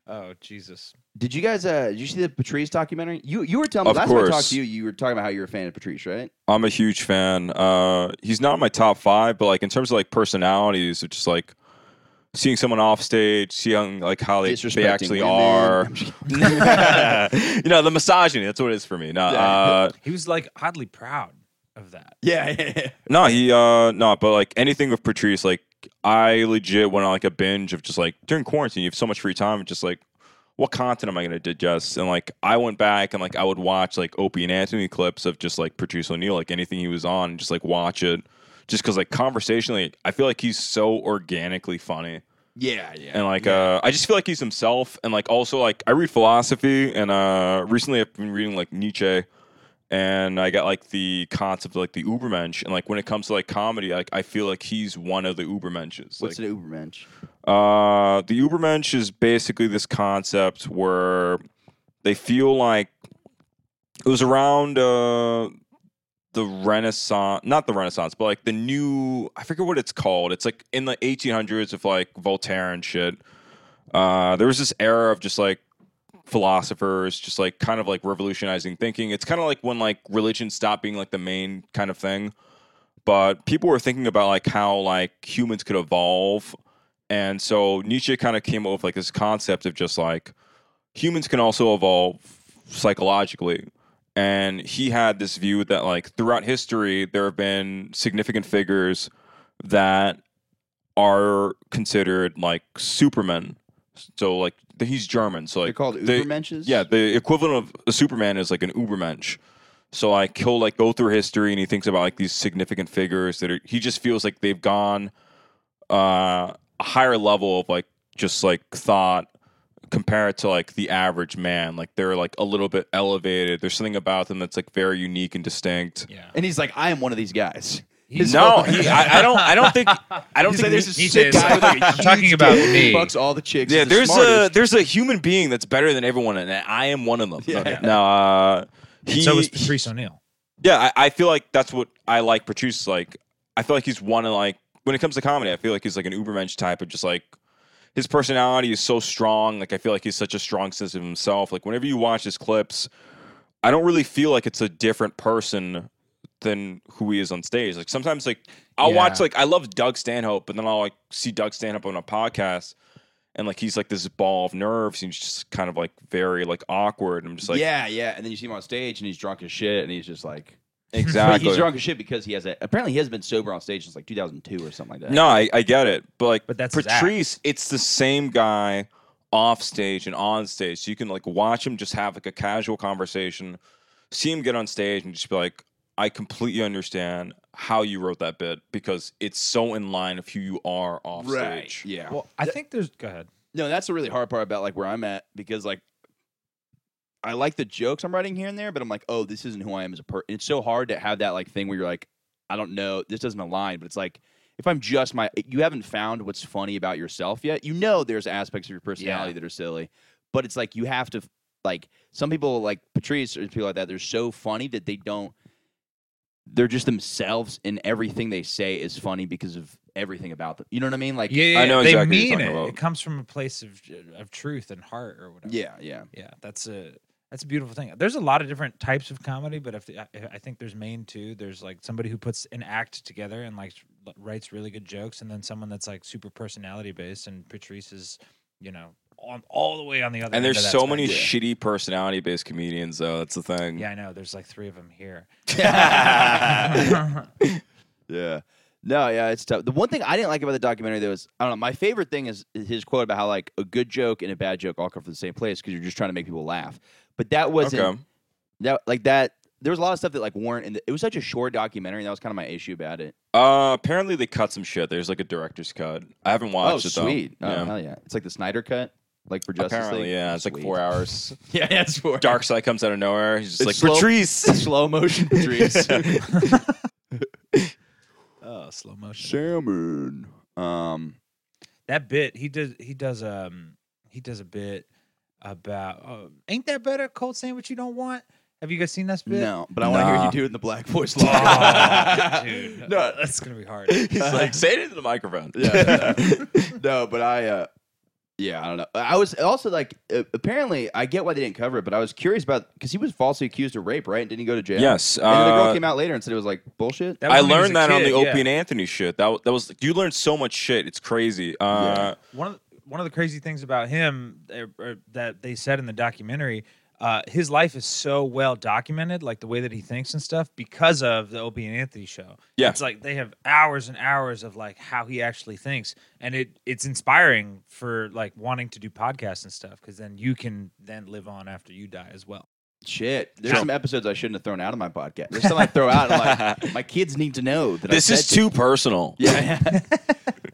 Oh Jesus! with. Did you guys? Uh, did you see the Patrice documentary? You you were telling me Of last time I talked course. to you, you were talking about how you were a fan of Patrice, right? I'm a huge fan. Uh, he's not in my top five, but like in terms of like personalities, it's just like seeing someone off stage, seeing like how they, they Disrespecting actually women. are. I'm just you know, the misogyny. That's what it is for me. No, uh, He was like oddly proud of that. Yeah, yeah, yeah. no, he, uh, no, but like anything with Patrice, like I legit went on like a binge of just like during quarantine, you have so much free time, just like what content am I going to digest? And like, I went back and like, I would watch like Opie and Anthony clips of just like Patrice O'Neill, like anything he was on, and just like watch it. Just because like conversationally, I feel like he's so organically funny. Yeah, yeah. And like, uh, I just feel like he's himself. And like, also, like, I read philosophy, and uh, recently I've been reading like Nietzsche, and I got like the concept of like the Ubermensch. And like, when it comes to like comedy, like, I feel like he's one of the Ubermensches. What's like, an Ubermensch? uh, the Ubermensch is basically this concept where they feel like it was around uh, the Renaissance, not the Renaissance, but like the new, I forget what it's called. It's like in the 1800s of like Voltaire and shit. Uh, there was this era of just like philosophers, just like kind of like revolutionizing thinking. It's kind of like when like religion stopped being like the main kind of thing, but people were thinking about like how like humans could evolve. And so Nietzsche kind of came up with like this concept of just like humans can also evolve psychologically and he had this view that like throughout history there have been significant figures that are considered like supermen so like th- he's german so like They're called they- Ubermenschs? yeah the equivalent of a superman is like an ubermensch so like he'll like go through history and he thinks about like these significant figures that are he just feels like they've gone uh, a higher level of like just like thought compared to like the average man. Like they're like a little bit elevated. There's something about them that's like very unique and distinct. Yeah. And he's like, I am one of these guys. No, he, I, I don't. I don't think. I don't He's think. like, there's this Nietzsche- Nietzsche sick is- guy with like a I'm huge talking about dick who me. Fucks all the chicks. yeah, is the there's uh, a smartest. there's a human being that's better than everyone, and I am one of them. Yeah. No, uh, he. so was Patrice O'Neill. Yeah, I, I feel like that's what I like. Patrice like. I feel like he's one of like when it comes to comedy. I feel like he's like an Ubermensch type of just like his personality is so strong. Like I feel like he's such a strong sense of himself. Like whenever you watch his clips, I don't really feel like it's a different person than who he is on stage. Like sometimes like I'll Yeah. watch like I love Doug Stanhope, but then I'll like see Doug Stanhope on a podcast. And like he's like this ball of nerves, and he's just kind of like very like awkward. And I'm just like, yeah, yeah. And then you see him on stage and he's drunk as shit and he's just like, exactly. he's drunk as shit because he has a, apparently he has been sober on stage since like 2002 or something like that. No, I, I get it, but like, But that's his act. Patrice. It's the same guy off stage and on stage. So you can like watch him just have like a casual conversation, see him get on stage and just be like, "I completely understand how you wrote that bit because it's so in line of who you are off stage." Yeah. Well, I think there's. Go ahead. No, that's the really hard part about like where I'm at because like I like the jokes I'm writing here and there, but I'm like, oh, this isn't who I am as a person. It's so hard to have that like thing where you're like, I don't know, this doesn't align. But it's like if I'm just my, you haven't found what's funny about yourself yet. You know, there's aspects of your personality that are silly, but it's like you have to like some people like Patrice or people like that. They're so funny that they don't. They're just themselves, and everything they say is funny because of everything about them. You know what I mean? Like, yeah, yeah, I know they exactly what you're mean talking it. about. It comes from a place of of truth and heart or whatever. yeah, yeah. yeah. That's a that's a beautiful thing. There's a lot of different types of comedy, but if the, I, I think there's main two. There's like somebody who puts an act together and like writes really good jokes, and then someone that's like super personality based. And Patrice is, you know, on all the way on the other. And end there's of that so many spectrum. shitty personality based comedians, though. That's the thing. Yeah, I know. There's like three of them here. Yeah. No, yeah, it's tough. The one thing I didn't like about the documentary though is I don't know. My favorite thing is is his quote about how like a good joke and a bad joke all come from the same place because you're just trying to make people laugh. But that wasn't Okay. that like that. There was a lot of stuff that like weren't in. The, it was such a short documentary. And that was kind of my issue about it. Uh, apparently they cut some shit. There's like a director's cut. I haven't Oh, watched it though. sweet! Oh, yeah. hell yeah! It's like the Snyder cut, like for Justice Apparently, League. yeah, it's like four Sweet. hours. Yeah, yeah, it's four. Dark Side comes out of nowhere. He's just It's like slow- Patrice. slow motion Patrice. Oh, slow motion. Salmon. Um. that bit he does he does um he does a bit about uh, ain't that better cold sandwich you don't want have you guys seen this bit No, but I want to hear Nah. you do it in the black voice. oh, dude No. no that's gonna be hard He's like, say it into the microphone. yeah. no, but I, uh, yeah, I don't know. I was also like, uh, apparently, I get why they didn't cover it, but I was curious about because he was falsely accused of rape, right? And didn't he go to jail? Yes, And then the girl uh, came out later and said it was like bullshit. That was I when he was a learned that on the kid, Opie yeah. and Anthony shit. That, wa- that was you learn so much shit. It's crazy. Uh, one of the, one of the crazy things about him er, er, that they said in the documentary uh, his life is so well documented like the way that he thinks and stuff because of the opie and anthony show Yeah. it's like they have hours and hours of like how he actually thinks and it it's inspiring for like wanting to do podcasts and stuff because then you can then live on after you die as well Shit, there's Sure. some episodes I shouldn't have thrown out of my podcast. There's some I throw out. And I'm like, my kids need to know that I This is said too personal. Yeah.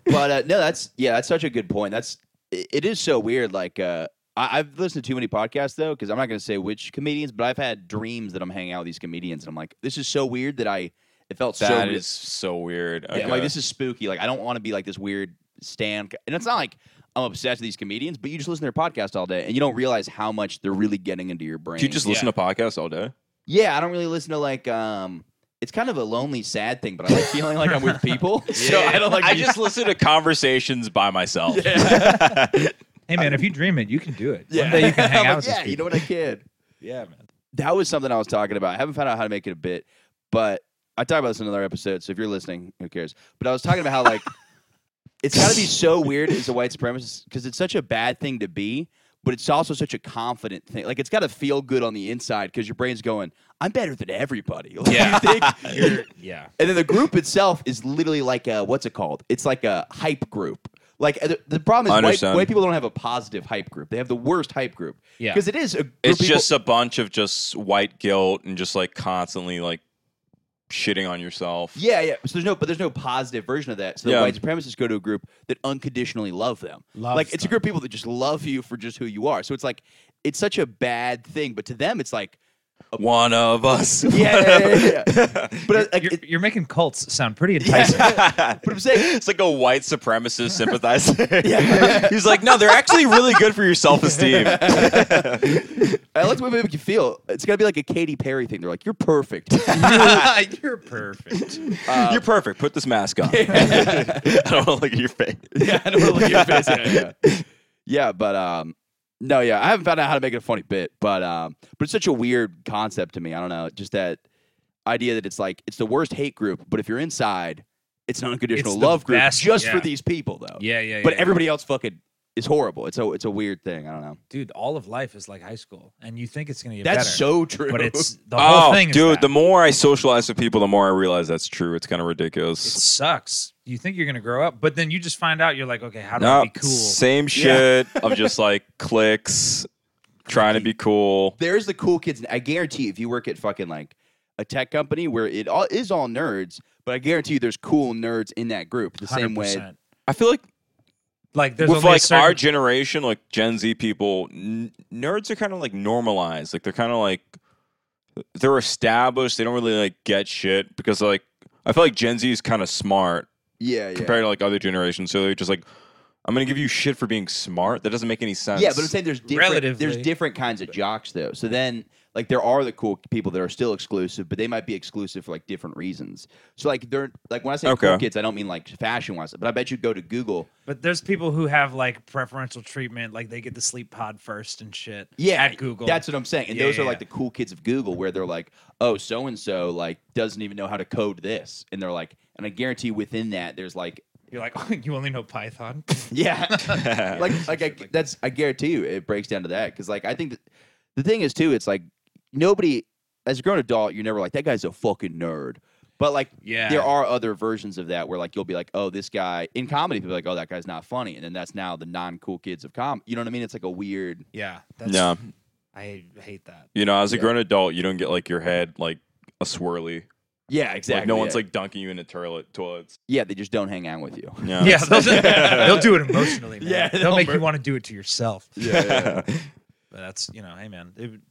but uh, no, that's yeah, that's such a good point. That's it, it is so weird. Like uh, I, I've listened to too many podcasts though, because I'm not going to say which comedians, but I've had dreams that I'm hanging out with these comedians, and I'm like, this is so weird that I it felt so. That real. is so weird. Yeah, I'm like this is spooky. Like I don't want to be like this weird stand. And it's not like I'm obsessed with these comedians, but you just listen to their podcast all day, and you don't realize how much they're really getting into your brain. Do you just listen to podcasts all day? Yeah, I don't really listen to like um it's kind of a lonely, sad thing, but I like feeling like I'm with people. So I don't like. I these- just listen to conversations by myself. Hey man, if you dream it, you can do it. One day you can hang out I'm like, with these yeah, you people. know what I can. Yeah, man. That was something I was talking about. I haven't found out how to make it a bit, but I talked about this in another episode. So if you're listening, who cares? But I was talking about how like it's got to be so weird as a white supremacist because it's such a bad thing to be, but it's also such a confident thing. Like it's got to feel good on the inside because your brain's going, "I'm better than everybody." Like, Yeah. you think- You're, yeah. And then the group itself is literally like a what's it called? It's like a hype group. Like uh, the, the problem I is white, understand. white people don't have a positive hype group. They have the worst hype group. Yeah. because it is a group it's of people- just a bunch of just white guilt and just like constantly like shitting on yourself. yeah, yeah. So there's no, but there's no positive version of that. So the Yeah. white supremacists go to a group that unconditionally love them. Loves like it's a them. group of people that just love you for just who you are. So it's like it's such a bad thing, but to them it's like One of us. yeah, yeah, yeah, yeah, yeah. but uh, like, You're, it, you're making cults sound pretty enticing. but I'm saying It's like a white supremacist sympathizer. He's like, no, they're actually really good for your self esteem. I like the way they make you feel. It's got to be like a Katy Perry thing. They're like, you're perfect. you're perfect. You're perfect. Put this mask on. I don't want to look at your face. yeah, I don't want to look at your face. Yeah, yeah. Yeah, but um, no, yeah, I haven't found out how to make it a funny bit, but um, but it's such a weird concept to me. I don't know, just that idea that it's like it's the worst hate group, but if you're inside, it's an unconditional It's the love group best, just for yeah. these people, though. Yeah, yeah, But yeah, everybody else fucking is horrible. It's a it's a weird thing. I don't know. Dude, all of life is like high school, and you think it's going to get That's better, so true. but it's the whole Oh, thing. is dude, that. the more I socialize with people, the more I realize that's true. It's kind of it ridiculous. sucks. You think you're going to grow up, but then you just find out you're like, okay, how do I No, be cool? same shit of just like clicks, trying to be cool. there's the cool kids. I guarantee if you work at fucking like a tech company where it all is all nerds, but I guarantee you there's cool nerds in that group the same way 100%. I feel like Like there's with only a like certain- our generation, like Gen Z people, n- nerds are kind of like normalized. Like they're kind of like they're established. They don't really like get shit because like I feel like Gen Z is kind of smart Yeah, yeah. compared to like other generations. So they're just like, I'm gonna give you shit for being smart. That doesn't make any sense. yeah, but I'm saying there's different, there's Relatively. different kinds of jocks though. So then like there are the cool people that are still exclusive, but they might be exclusive for like different reasons. So like they're like when I say cool Okay. kids, I don't mean like fashion wise, but I bet you go to Google. But there's people who have like preferential treatment, like they get the sleep pod first and shit. at Google. That's what I'm saying. And Yeah, those are yeah, like the yeah. cool kids of Google where they're like, "Oh, so and so like doesn't even know how to code this." And they're like, and I guarantee within that there's like you're like, oh, you only know Python. Yeah, like like I, that's I guarantee you it breaks down to that because like I think that, the thing is too it's like nobody as a grown adult you're never like that guy's a fucking nerd but like Yeah. there are other versions of that where like you'll be like oh this guy in comedy people are like oh that guy's not funny and then that's now the non cool kids of com you know what I mean it's like a weird yeah, that's, yeah, I hate that. you know, as a grown adult, you don't get like your head like a swirly. yeah exactly Like no one's yeah. like dunking you in the toilet toilets. yeah they just don't hang out with you Yeah. yeah, they'll, do- they'll do it emotionally. Man. Yeah, they'll, they'll make mur- you want to do it to yourself. yeah, But that's you know, hey man, it-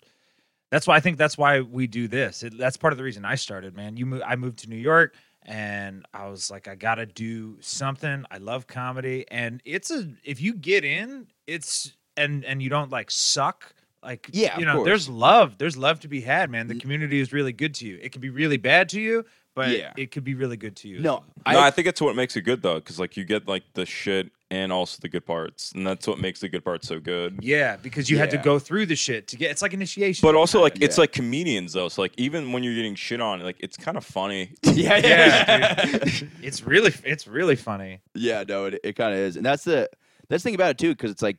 that's why I think that's why we do this. It, that's part of the reason I started, man. You, mo- I moved to New York, and I was like, I gotta do something. I love comedy, and it's a if you get in, it's and and you don't like suck. Like Yeah, of you know, course. there's love. There's love to be had, man. The community is really good to you. It can be really bad to you, but Yeah. it could be really good to you. as no well. no, I I, think that's what makes it good though, because like you get like the shit and also the good parts, and that's what makes the good parts so good. yeah, because you had to Yeah. go through the shit to get. It's like initiation. But also like it's Yeah. like comedians though, so like even when you're getting shit on, like it's kind of funny. yeah yeah, dude. it's really it's really funny. Yeah, no, it, it kind of is, and that's the that's the thing about it too, because it's like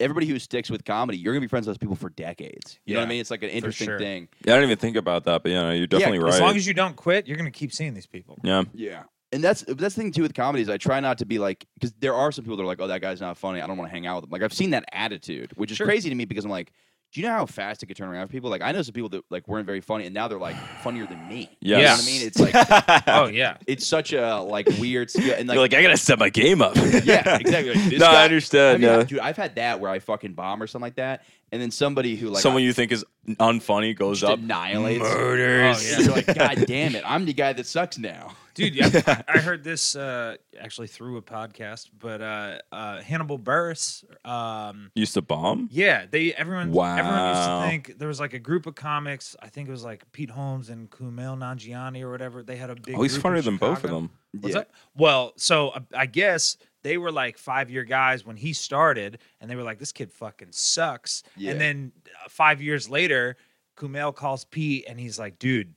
everybody who sticks with comedy, you're gonna be friends with those people for decades. You know what I Yeah, mean? It's like an interesting sure. thing. Yeah, I didn't even think about that, but you know, you're definitely right. As long as you don't quit, you're going to keep seeing these people. yeah, Yeah, and that's that's the thing too with comedy is I try not to be like because there are some people that are like, oh, that guy's not funny. I don't want to hang out with him. Like I've seen that attitude, which is Sure. crazy to me because I'm like, do you know how fast it could turn around for people? Like I know some people that like weren't very funny, and now they're like funnier than me. You know what I Yes. mean? It's like Oh yeah, it's such a like weird skill, and like, you're like I gotta set my game up. yeah, exactly. Like, this no, guy- I I mean, understand. yeah. dude, I've had that where I fucking bomb or something like that, and then somebody who like Someone you think is unfunny goes Just up. annihilates. Murders. You're like, God damn it! I'm the guy that sucks now. Oh, dude. Yeah, I heard this uh, actually through a podcast, but uh, uh, Hannibal Burris. Um, Used to bomb. yeah, they everyone. Everyone used to Wow. think there was like a group of comics. I think it was like Pete Holmes and Kumail Nanjiani or whatever. They had a big. Oh, he's group in funnier than both of Chicago. them. What's Yeah. that? Well, so uh, I guess they were like five year guys when he started, and they were like, "This kid fucking sucks." Yeah. And then uh, five years later, Kumail calls Pete, and he's like, "Dude,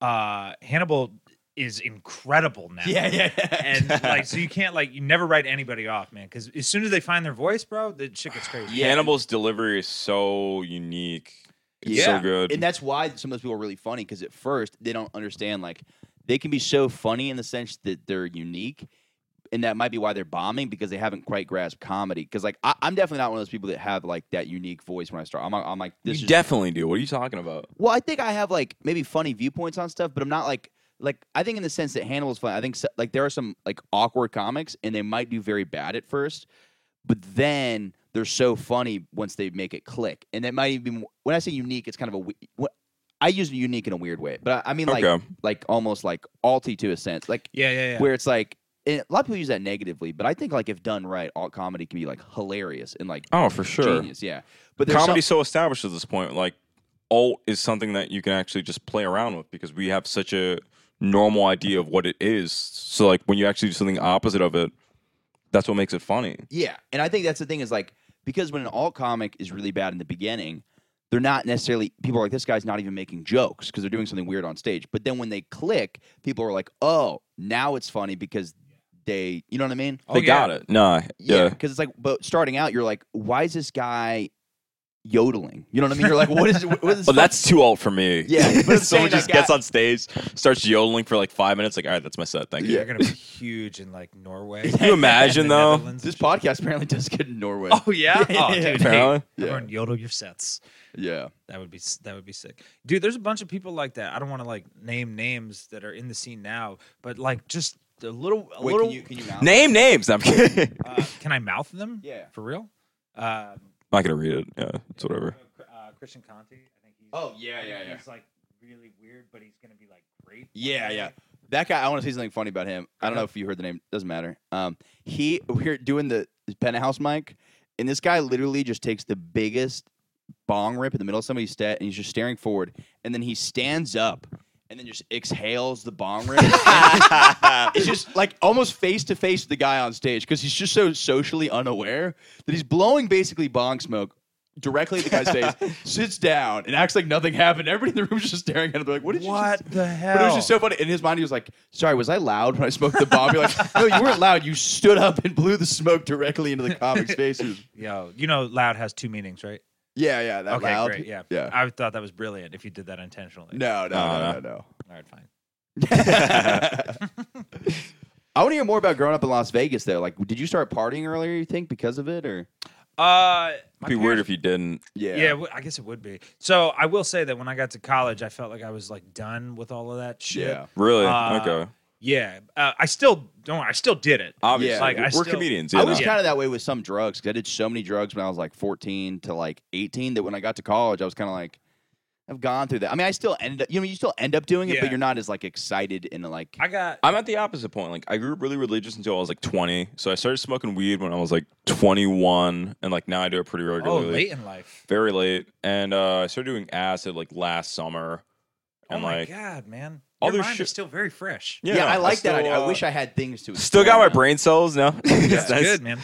uh, Hannibal is incredible now." yeah. And like, so you can't like, you never write anybody off, man, because as soon as they find their voice, bro, the shit gets crazy. Hannibal's delivery is so unique. It's so good. And that's why some of those people are really funny because at first they don't understand. Like they can be so funny in the sense that they're unique, and that might be why they're bombing because they haven't quite grasped comedy. Because like I, I'm definitely not one of those people that have like that unique voice when I start. I'm, I'm like this you is definitely do. What are you talking about? Well, I think I have like maybe funny viewpoints on stuff, but I'm not like like I think in the sense that Hannibal's fun. I think so, like there are some like awkward comics, and they might do very bad at first, but then they're so funny once they make it click, and that might even be mo- when I say unique, it's kind of a we- what I use unique in a weird way, but I, I mean like Okay. like almost like alty to a sense, like Yeah, yeah, yeah. where it's like. And a lot of people use that negatively, but I think like if done right, alt comedy can be like hilarious and like Oh, for sure. genius, yeah. But there's some- Comedy's so established at this point. Like alt is something that you can actually just play around with because we have such a normal idea of what it is. So like when you actually do something opposite of it, that's what makes it funny. Yeah, and I think that's the thing is like because when an alt comic is really bad in the beginning, they're not necessarily people are like this guy's not even making jokes because they're doing something weird on stage. But then when they click, people are like, "Oh, now it's funny because they, you know what I mean?" they got it. Nah. Oh, Yeah, Yeah. because it's like, but starting out, you're like, "Why is this guy yodeling?" You know what I mean? You're like, "What is? What is?" But Oh, that's too alt for me. Yeah, but I'm saying, Someone just like, I- gets on stage, starts yodeling for like five minutes, like, all right, that's my set. Thank you. They're gonna be huge in like Norway. Can you imagine, and the though? Netherlands and this podcast apparently does good in Norway. shit. Oh yeah, oh dude, hey, Apparently. Yeah. everyone yodel your sets. Yeah, That would be s- that would be sick, dude. There's a bunch of people like that. I don't want to like name names that are in the scene now, but like just a little, a wait, little. can you can you mount- Name names. I'm kidding. I'm uh, can I mouth them? Yeah. for real. Uh, not gonna read it. Yeah, it's whatever. uh, Christian Conti, I think he's. Oh yeah, yeah, yeah. He's like really weird, but he's gonna be like great. Yeah, yeah. That guy, I want to say something funny about him. I don't know if you heard the name. Doesn't matter. Um, he we we're doing the penthouse mic, and this guy literally just takes the biggest bong rip in the middle of somebody's set, and he's just staring forward, and then he stands up, and then just exhales the bong rip. it's just like almost face to face with the guy on stage because he's just so socially unaware that he's blowing basically bong smoke. Directly at the guy's face, sits down and acts like nothing happened. Everybody in the room's just staring at him. They're like, "What did you just What the hell? but it was just so funny. In his mind, he was like, "Sorry, was I loud when I smoked the bomb?" You're like, "No, you weren't loud. You stood up and blew the smoke directly into the comics' faces." Yo, you know, loud has two meanings, right? Yeah, yeah, that okay, loud. great. Yeah, yeah. I thought that was brilliant if you did that intentionally. No, no, Uh, no, no, no. All right, fine. I want to hear more about growing up in Las Vegas, though. Like, did you start partying earlier? You think because of it, or Uh, my It'd be weird parents- if you didn't. yeah, Yeah, w- I guess it would be. So I will say that when I got to college, I felt like I was like done with all of that shit. yeah, Really? Uh, okay. Yeah, uh, I still don't. I still did it. Obviously, like, I we're still- comedians. I Yeah, was no. kind of that way with some drugs because I did so many drugs when I was like 14 to like 18 that when I got to college, I was kind of like, I've gone through that. I mean, I still end up, you know, you still end up doing it, Yeah. but you're not as like excited and like, I got. I'm at the opposite point. Like I grew up really religious until I was like 20. So I started smoking weed when I was like 21, and like now I do it pretty Oh, regularly. late in life. Very late. And uh, I started doing acid like last summer. Oh And my like, god, man! all Your this mind shit- is still very fresh. yeah, I like that. still, idea. I uh, wish I had things to. Still explore got my now. brain cells now. It's That's nice. good, man.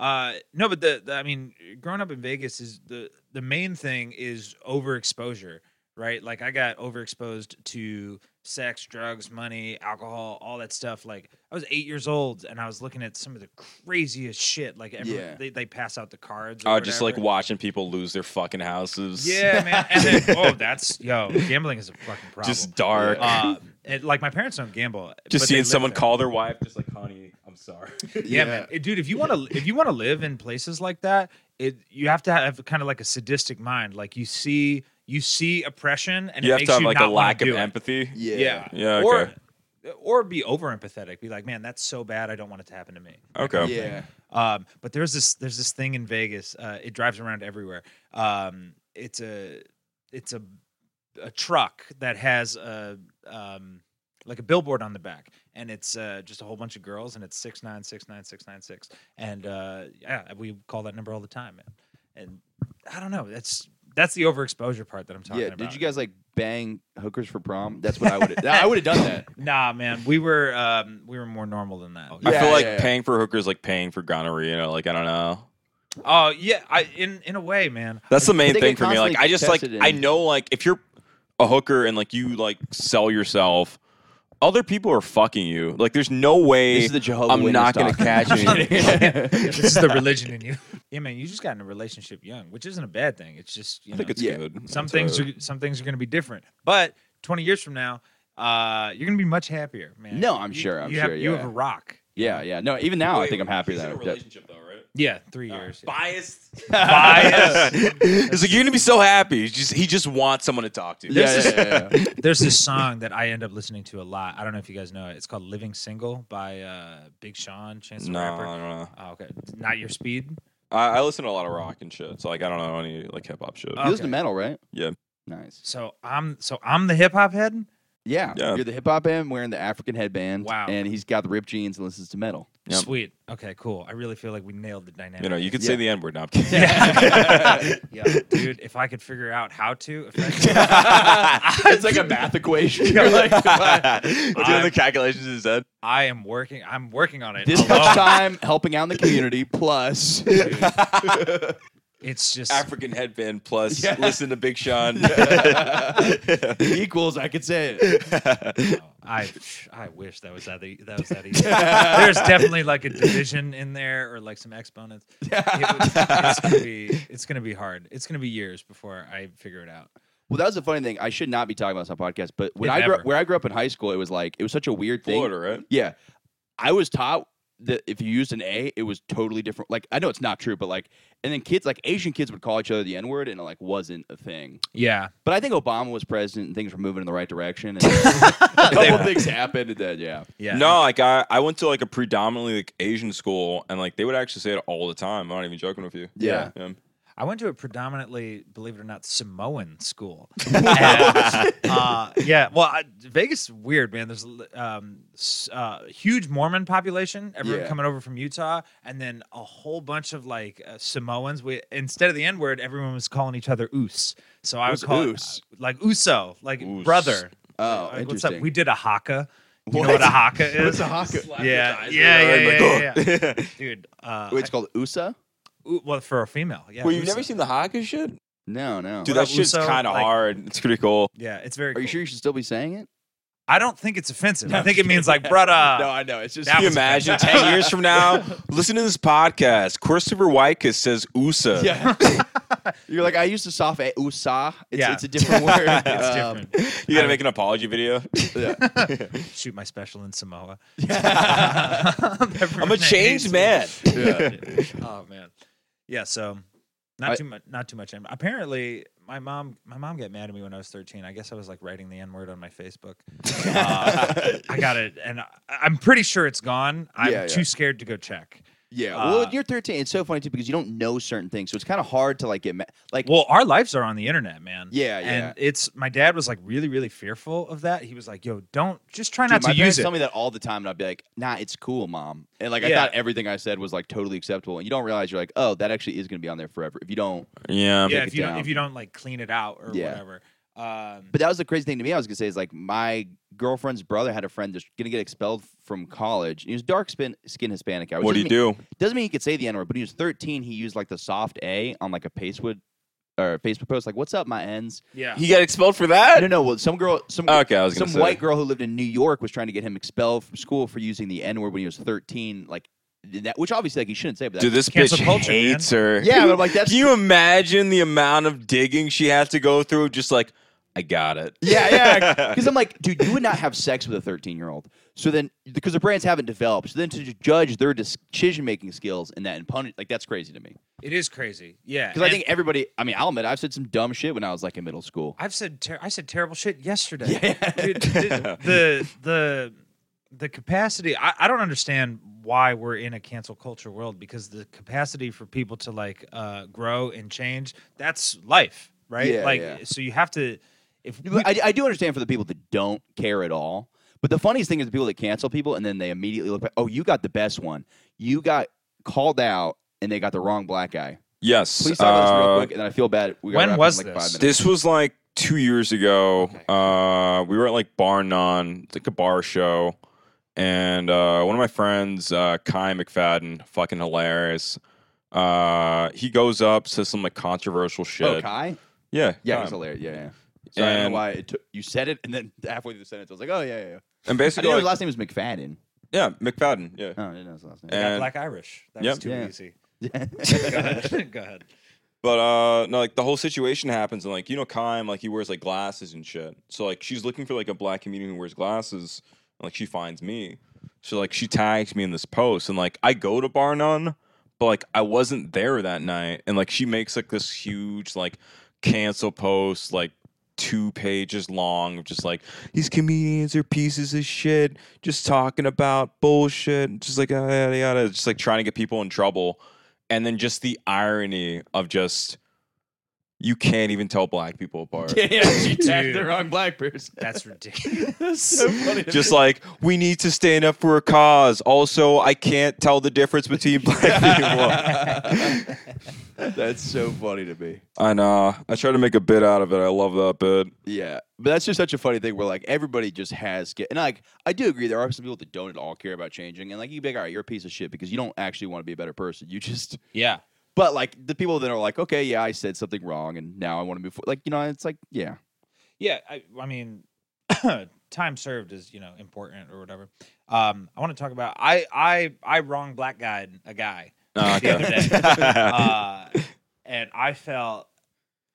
Uh, no, but the, the I mean, growing up in Vegas is the the main thing is overexposure, right? Like I got overexposed to sex, drugs, money, alcohol, all that stuff. Like I was eight years old and I was looking at some of the craziest shit. Like every, Yeah. they they pass out the cards. or Oh, just like whatever. watching people lose their fucking houses. Yeah, man. And then, oh, that's yo, gambling is a fucking problem. Just dark. uh, and, like my parents don't gamble. just but they seeing live someone there. call their wife, just like, honey, I'm sorry. Yeah, man, Eh, dude. If you want to, if you want to live in places like that, it you have to have kind of like a sadistic mind. Like you see, you see oppression, and you it have makes to have you like a not wanna lack of do it. empathy. Yeah. Yeah, Yeah, okay. Or, or be over empathetic. Be like, man, that's so bad. I don't want it to happen to me. Okay. Yeah. Um, but there's this there's this thing in Vegas. Uh, it drives around everywhere. Um, it's a it's a a truck that has a um like a billboard on the back, and it's uh, just a whole bunch of girls, and it's six nine six nine six nine six, and uh, yeah, we call that number all the time, man. And I don't know, that's that's the overexposure part that I'm talking yeah. about. Did you guys like bang hookers for prom? That's what I would. I would have done that. Nah, man, we were um, we were more normal than that. I Yeah, feel like yeah, yeah. paying for hookers like paying for gonorrhea. You know, like I don't know. Oh yeah, I in in a way, man. That's the main they thing get for me. Like constantly I just like tested I and- know like if you're a hooker and like you like sell yourself, other people are fucking you. Like there's no way This is the Jehovah I'm Witness not gonna doctrine. catch anything. this is the religion in you. Yeah, man, you just got in a relationship young, which isn't a bad thing. It's just you I know, think it's Yeah. good. some It's things a- are some things are going to be different. But 20 years from now, uh, you're going to be much happier, man. No, I'm You- sure, I'm you have, sure, You yeah. have a rock. Yeah, yeah. No, even now Oh, I think I'm happier He's in than a I did. relationship though, right? Yeah, three years. yeah. Biased. Bias. It's like you're gonna be so happy. He's just he just wants someone to talk to. Yeah, yeah, yeah, yeah. There's this song that I end up listening to a lot. I don't know if you guys know it. It's called "Living Single" by uh, Big Sean, Chance the No, I Rapper. don't know. Oh, okay, not your speed. I, I listen to a lot of rock and shit, so like I don't know any like hip hop shit. Uh, You listen to Okay. metal, right? Yeah. Nice. So I'm so I'm the hip hop head. Yeah. Yeah. You're the hip hop band wearing the African headband. Wow. And he's got the ripped jeans and listens to metal. Yep. Sweet. Okay, cool. I really feel like we nailed the dynamic. you know, you could Yeah. say the N word now. I'm kidding. Yeah, dude. If I could figure out how to, effectively- it's like a math equation. You're like, doing the calculations in his head. I am working. I'm working on it. this alone. much time helping out in the community plus It's just African headband plus Yeah. listen to Big Sean. equals I could say it. oh, I. I wish that was that. e- That was that easy. There's definitely like a division in there, or like some exponents. It was- it's gonna be. It's gonna be hard. It's gonna be years before I figure it out. Well, that was the funny thing. I should not be talking about this on podcast, but when If I grew ever. up, where I grew up in high school, it was like it was such a weird thing. Florida, right? Yeah. I was taught that if you used an A, it was totally different. Like I know it's not true, but like and then kids like Asian kids would call each other the N word and it like wasn't a thing. Yeah. But I think Obama was president and things were moving in the right direction. And a couple things happened and then yeah. Yeah. No, like I, I went to like a predominantly like Asian school, and like they would actually say it all the time. I'm not even joking with you. Yeah. I went to a predominantly, believe it or not, Samoan school. And, uh, yeah, well, I, Vegas is weird, man. There's a um, s- uh, huge Mormon population, everyone Yeah. coming over from Utah, and then a whole bunch of like uh, Samoans. We instead of the N word, everyone was calling each other "oos." So I What's would call oos? It, uh, like "uso," like Oos. brother. Oh, Like, what's up? interesting. We did a haka. You know What? what a haka is? What's a haka? Yeah, yeah, yeah, yeah, yeah, yeah. dude. Uh, Wait, it's called USA? oo- well, for a female, yeah. Well, you've uso. never seen the Haka shit? No, no. Dude, What that up, shit's Uso? kind of Like- hard. It's pretty cool. Yeah, it's very. Are you cool. sure you should still be saying it? I don't think it's offensive. I think it means like, brada. I know. It's just That Can you was imagine 10 years from now? Listen to this podcast. Christopher Wykus says USA. yeah. You're like I used to soft A USA. It's, Yeah. it's a different word. it's Um, different. You got to make an apology video. Shoot my special in Samoa. I'm a changed man. Oh man. Yeah. So, not I- too much. Not too much. Apparently, my mom. My mom got mad at me when I was 13. I guess I was like writing the N word on my Facebook. Uh, I got it, and I, I'm pretty sure it's gone. I'm Yeah, yeah. too scared to go check. Yeah. well, Uh, you're 13. It's so funny too because you don't know certain things, so it's kind of hard to like get ma- like. Well, our lives are on the internet, man. Yeah, yeah. And it's my dad was like really, really fearful of that. He was like, "Yo, don't just try dude, not my to use parents it." tell me that all the time, and I'd be like, "Nah, it's cool, mom." And like I Yeah. thought everything I said was like totally acceptable, and you don't realize you're like, "Oh, that actually is going to be on there forever." If you don't. yeah, Yeah. take if it you don't, down. if you don't like clean it out or Yeah. whatever. Um, But that was the crazy thing to me. I was gonna say is like my girlfriend's brother had a friend that's gonna get expelled from college. And he was dark skin, skin Hispanic guy. which What do you doesn't do? mean- Doesn't mean he could say the N word, but when he was 13. He used like the soft A on like a Pacewood or Facebook post, like "What's up, my N's." yeah, He got expelled for I that? don't know. Well, some girl, some Okay, I was gonna some say. white girl who lived in New York was trying to get him expelled from school for using the N word when he was 13. Like that, which obviously like he shouldn't say, but Dude, that- this Cancel bitch culture, man. hates her. yeah, but I'm like that's Can you imagine the amount of digging she has to go through? Just like, I got it. Yeah, yeah. Because I'm like, dude, you would not have sex with a 13 year old. So then, because the brands haven't developed, so then to judge their decision making skills and that and punish, like that's crazy to me. it is crazy. Yeah, Because I and think everybody, I mean, I'll admit, I've said some dumb shit when I was like in middle school. I've said ter- I said terrible shit yesterday. Dude, the, the the the capacity. I, I don't understand why we're in a cancel culture world because the capacity for people to like uh, grow and change that's life. right? Yeah, like, yeah. so you have to. If we, I, I do understand for the people that don't care at all. But the funniest thing is the people that cancel people and then they immediately look back. Oh, you got the best one. You got called out and they got the wrong black guy. Yes. Please talk about this uh, real quick, and then I feel bad. We gotta when wrap up in was like this? Five minutes. This was like two years ago. Uh, we were at like Bar None, it's like a bar show, and uh, one of my friends, uh, Kai McFadden, fucking hilarious. Uh, he goes up, says some like controversial shit. Oh, Kai? Yeah, Yeah, Kai. he's hilarious. Yeah, yeah. So I don't And- know why it took, you said it, and then halfway through the sentence, I was like, oh, yeah, yeah, yeah. I and basically, didn't know his like- last name was McFadden. yeah, McFadden. Yeah, Oh, I didn't know his last name. got and Black Irish. That was Uh, Yep. too Yeah. easy. Go ahead. Go ahead. But uh, no, like the whole situation happens, and like you know, Kime, like he wears like glasses and shit. So like she's looking for like a black comedian who wears glasses, and like she finds me. So like she tags me in this post, and like I go to Bar None, but like I wasn't there that night, and like she makes like this huge like cancel post, like two pages long of just like these comedians are pieces of shit, just talking about bullshit, and just like yada yada yada, just like trying to get people in trouble. And then just the irony of just you can't even tell black people apart. she tagged the wrong black person. That's ridiculous. Just like we need to stand up for a cause. Also, I can't tell the difference between black people. That's so funny to me. I know. I try to make a bit out of it. I love that bit. Yeah, but that's just such a funny thing where like everybody just has get and like I do agree there are some people that don't at all care about changing and like you be like all right you're a piece of shit because you don't actually want to be a better person you just yeah. but like the people that are like okay yeah I said something wrong and now I want to move forward like you know it's like yeah Yeah, I, I mean, time served is you know important or whatever. Um, I want to talk about I I I wrong black guy a guy Oh, the other okay. day, uh, and I felt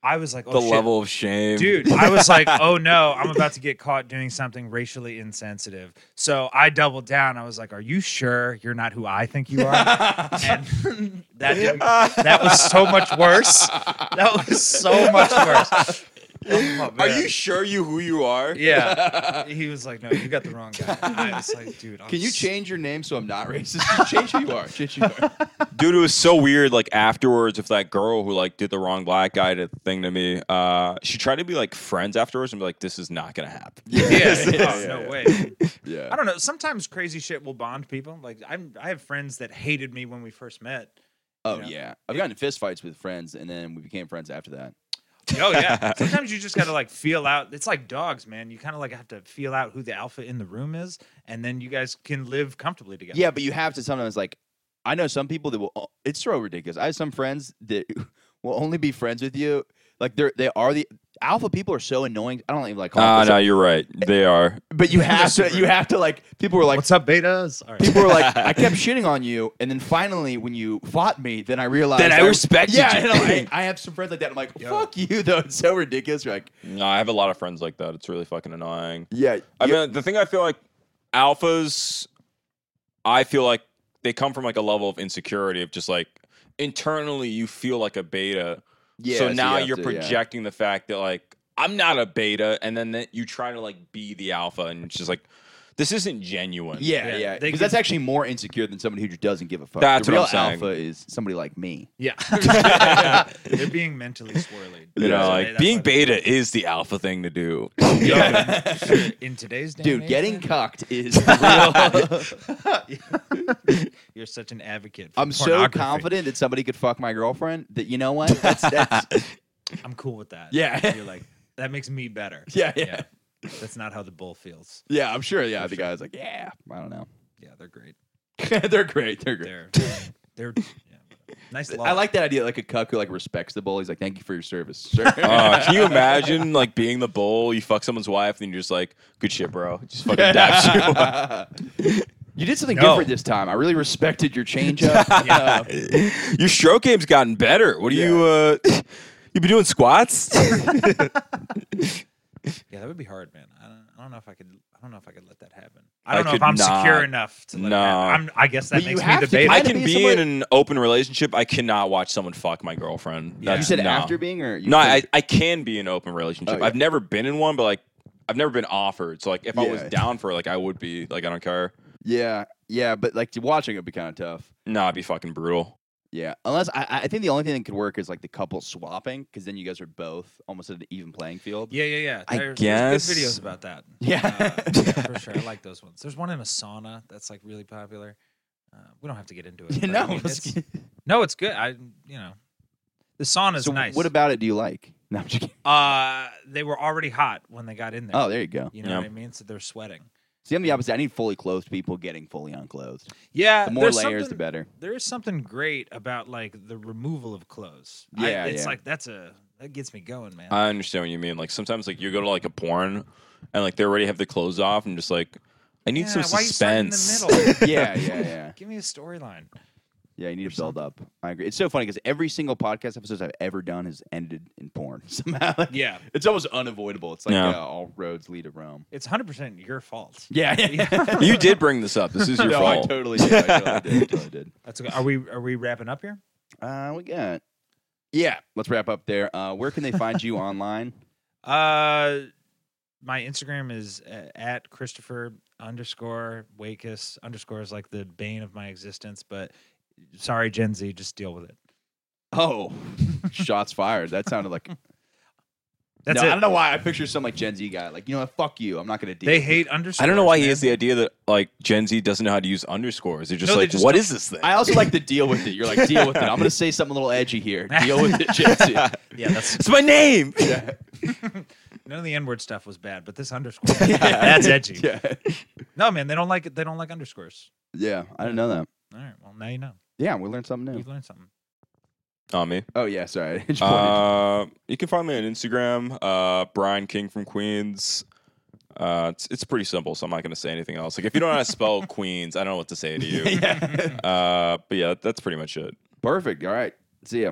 I was like oh, the shit. level of shame, Dude, I was like, oh no, I'm about to get caught doing something racially insensitive. So I doubled down. I was like, are you sure you're not who I think you are? and that, didn't- that was so much worse. That was so much worse. Oh, Are man. you sure you who you are? Yeah. He was like, no, you got the wrong guy. I was like, dude, I'm can you s- change your name so I'm not racist You change who you are change who you are Dude, it was so weird. Like afterwards, if that girl who like did the wrong black guy to thing to me, uh, she tried to be like friends afterwards and be like, "This is not gonna happen." Yeah. oh, no way. yeah I don't know. Sometimes crazy shit will bond people. Like I'm, I have friends that hated me when we first met. oh know? yeah I've gotten in fist fights with friends and then we became friends after that Oh yeah. Sometimes you just gotta like feel out. It's like dogs, man. You kind of like have to feel out who the alpha in the room is, and then you guys can live comfortably together. Yeah, but you have to sometimes like I know some people that will it's so ridiculous. I have some friends that will only be friends with you. Like they're they are the alpha people are so annoying. I don't even like Ah, calling no, them, you're right. They are. but you have to you have to like people were like What's up, betas? All right. people were like I kept shitting on you and then finally when you fought me then I realized that I respect yeah, you. Yeah, I, I have some friends like that. I'm like fuck you though. It's so ridiculous. You're like No, I have a lot of friends like that. It's really fucking annoying. yeah, I you- mean, the thing I feel like alphas, I feel like they come from like a level of insecurity of just like internally you feel like a beta. yeah, so now you you are have to, yeah. projecting the fact that like I'm not a beta, and then that you try to like be the alpha, and it's just like this isn't genuine. Yeah, Yeah, yeah, they because get- that's actually more insecure than somebody who just doesn't give a fuck. That's the what real I'm saying. alpha is somebody like me. yeah. They're being mentally swirly. You know, So like that's being why they- beta is the alpha thing to do. in today's day, and Dude, age, getting man, cucked is the real. You're such an advocate. For I'm so pornography. confident that somebody could fuck my girlfriend that you know what? That's, that's I'm cool with that. Yeah. You're like, that makes me better. Yeah, yeah. That's not how the bull feels. yeah, I'm sure. Yeah, the guy's like, yeah, I don't know. Yeah, they're great. they're great. They're great. They're they're yeah, whatever. nice. Law. I like that idea, like a cuck who like respects the bull. He's like, "Thank you for your service, sir." Uh, can you imagine like being the bull? You fuck someone's wife, and you're just like, "Good shit, bro." Just fucking daps you. you did something No. different this time. I really respected your change up. Yeah. Your stroke game's gotten better. What do you uh you been doing squats? Yeah, that would be hard, man. I don't, I don't know if I could. I don't know if I could let that happen. I don't know if could I'm secure not. enough to let No. it happen. I'm, I guess that But you makes me have the to beta. I Gotta can be be somebody- in an open relationship. I cannot watch someone fuck my girlfriend. Yeah. you That's- said no. after being, or you No, I, couldn't- I can be in an open relationship. Oh, yeah. I've never been in one, but like I've never been offered. So like if I was Yeah. down for it, like I would be. Like I don't care. yeah, yeah, but like watching it would be kind of tough. Nah, it'd be fucking brutal. Yeah, unless I, I think the only thing that could work is like the couple swapping, because then you guys are both almost at an even playing field. Yeah, yeah, yeah. I There's- guess. there's good videos about that. Yeah. Uh, yeah, for sure. I like those ones. There's one in a sauna that's like really popular. Uh, we don't have to get into it. You but I know, mean, let's it's- get- no, it's good. I, you know, the sauna's so nice. what about it? Do you like? No, I'm just kidding. Uh, they were already hot when they got in there. Oh, there you go. you know Yeah. what I mean. So they're sweating. See, I'm the opposite. I need fully clothed people getting fully unclothed. Yeah, The more Uh, there's layers, the something- better. There is something great about like the removal of clothes. Yeah, I, it's yeah. like that's a that gets me going, man. I understand what you mean. Like sometimes, like you go to like a porn, and like they already have the clothes off, and just like I need yeah, some why you start in suspense. the middle? Yeah, yeah, yeah. Give me a storyline. Yeah, you need to build up. I agree. It's so funny because every single podcast episode I've ever done has ended in porn somehow. Like, Yeah, It's almost unavoidable. It's like Yeah. uh, all roads lead to Rome. it's hundred percent your fault. Yeah, yeah. you did bring this up. This is your no, I fault. totally did. I totally did. I totally did. That's okay. Are we are we wrapping up here? Uh, we got. Yeah, let's wrap up there. Uh, where can they find you online? Uh, my Instagram is uh, at Christopher underscore Wakus underscore is like the bane of my existence, but sorry, Gen Z, just deal with it. Oh, shots fired. That sounded like. That's no, it. I don't know why I picture some like Gen Z guy like you know what, fuck you. I'm not gonna deal. They with hate underscore. I don't know why he has the idea that like Gen Z doesn't know how to use underscores. They're just No, they like, just what don't- is this thing? it." I also like the deal with it. You're like deal with it. I'm gonna say something a little edgy here. Deal with it, Gen Z. Yeah, that's it's my name. Yeah. none of the N word stuff was bad, but this underscore that's edgy. yeah, No, man, they don't like it. They don't like underscores. yeah. I didn't know that. All right, well now you know. Yeah, we learned something new. You've learned something. Oh, me. Oh yeah, sorry. I just pointed. Uh, you can find me on Instagram, uh, Brian King from Queens. Uh, it's, it's pretty simple, so I'm not going to say anything else. Like, if you don't know how to spell Queens, I don't know what to say to you. yeah. Uh, but yeah, that's pretty much it. Perfect. All right. See ya.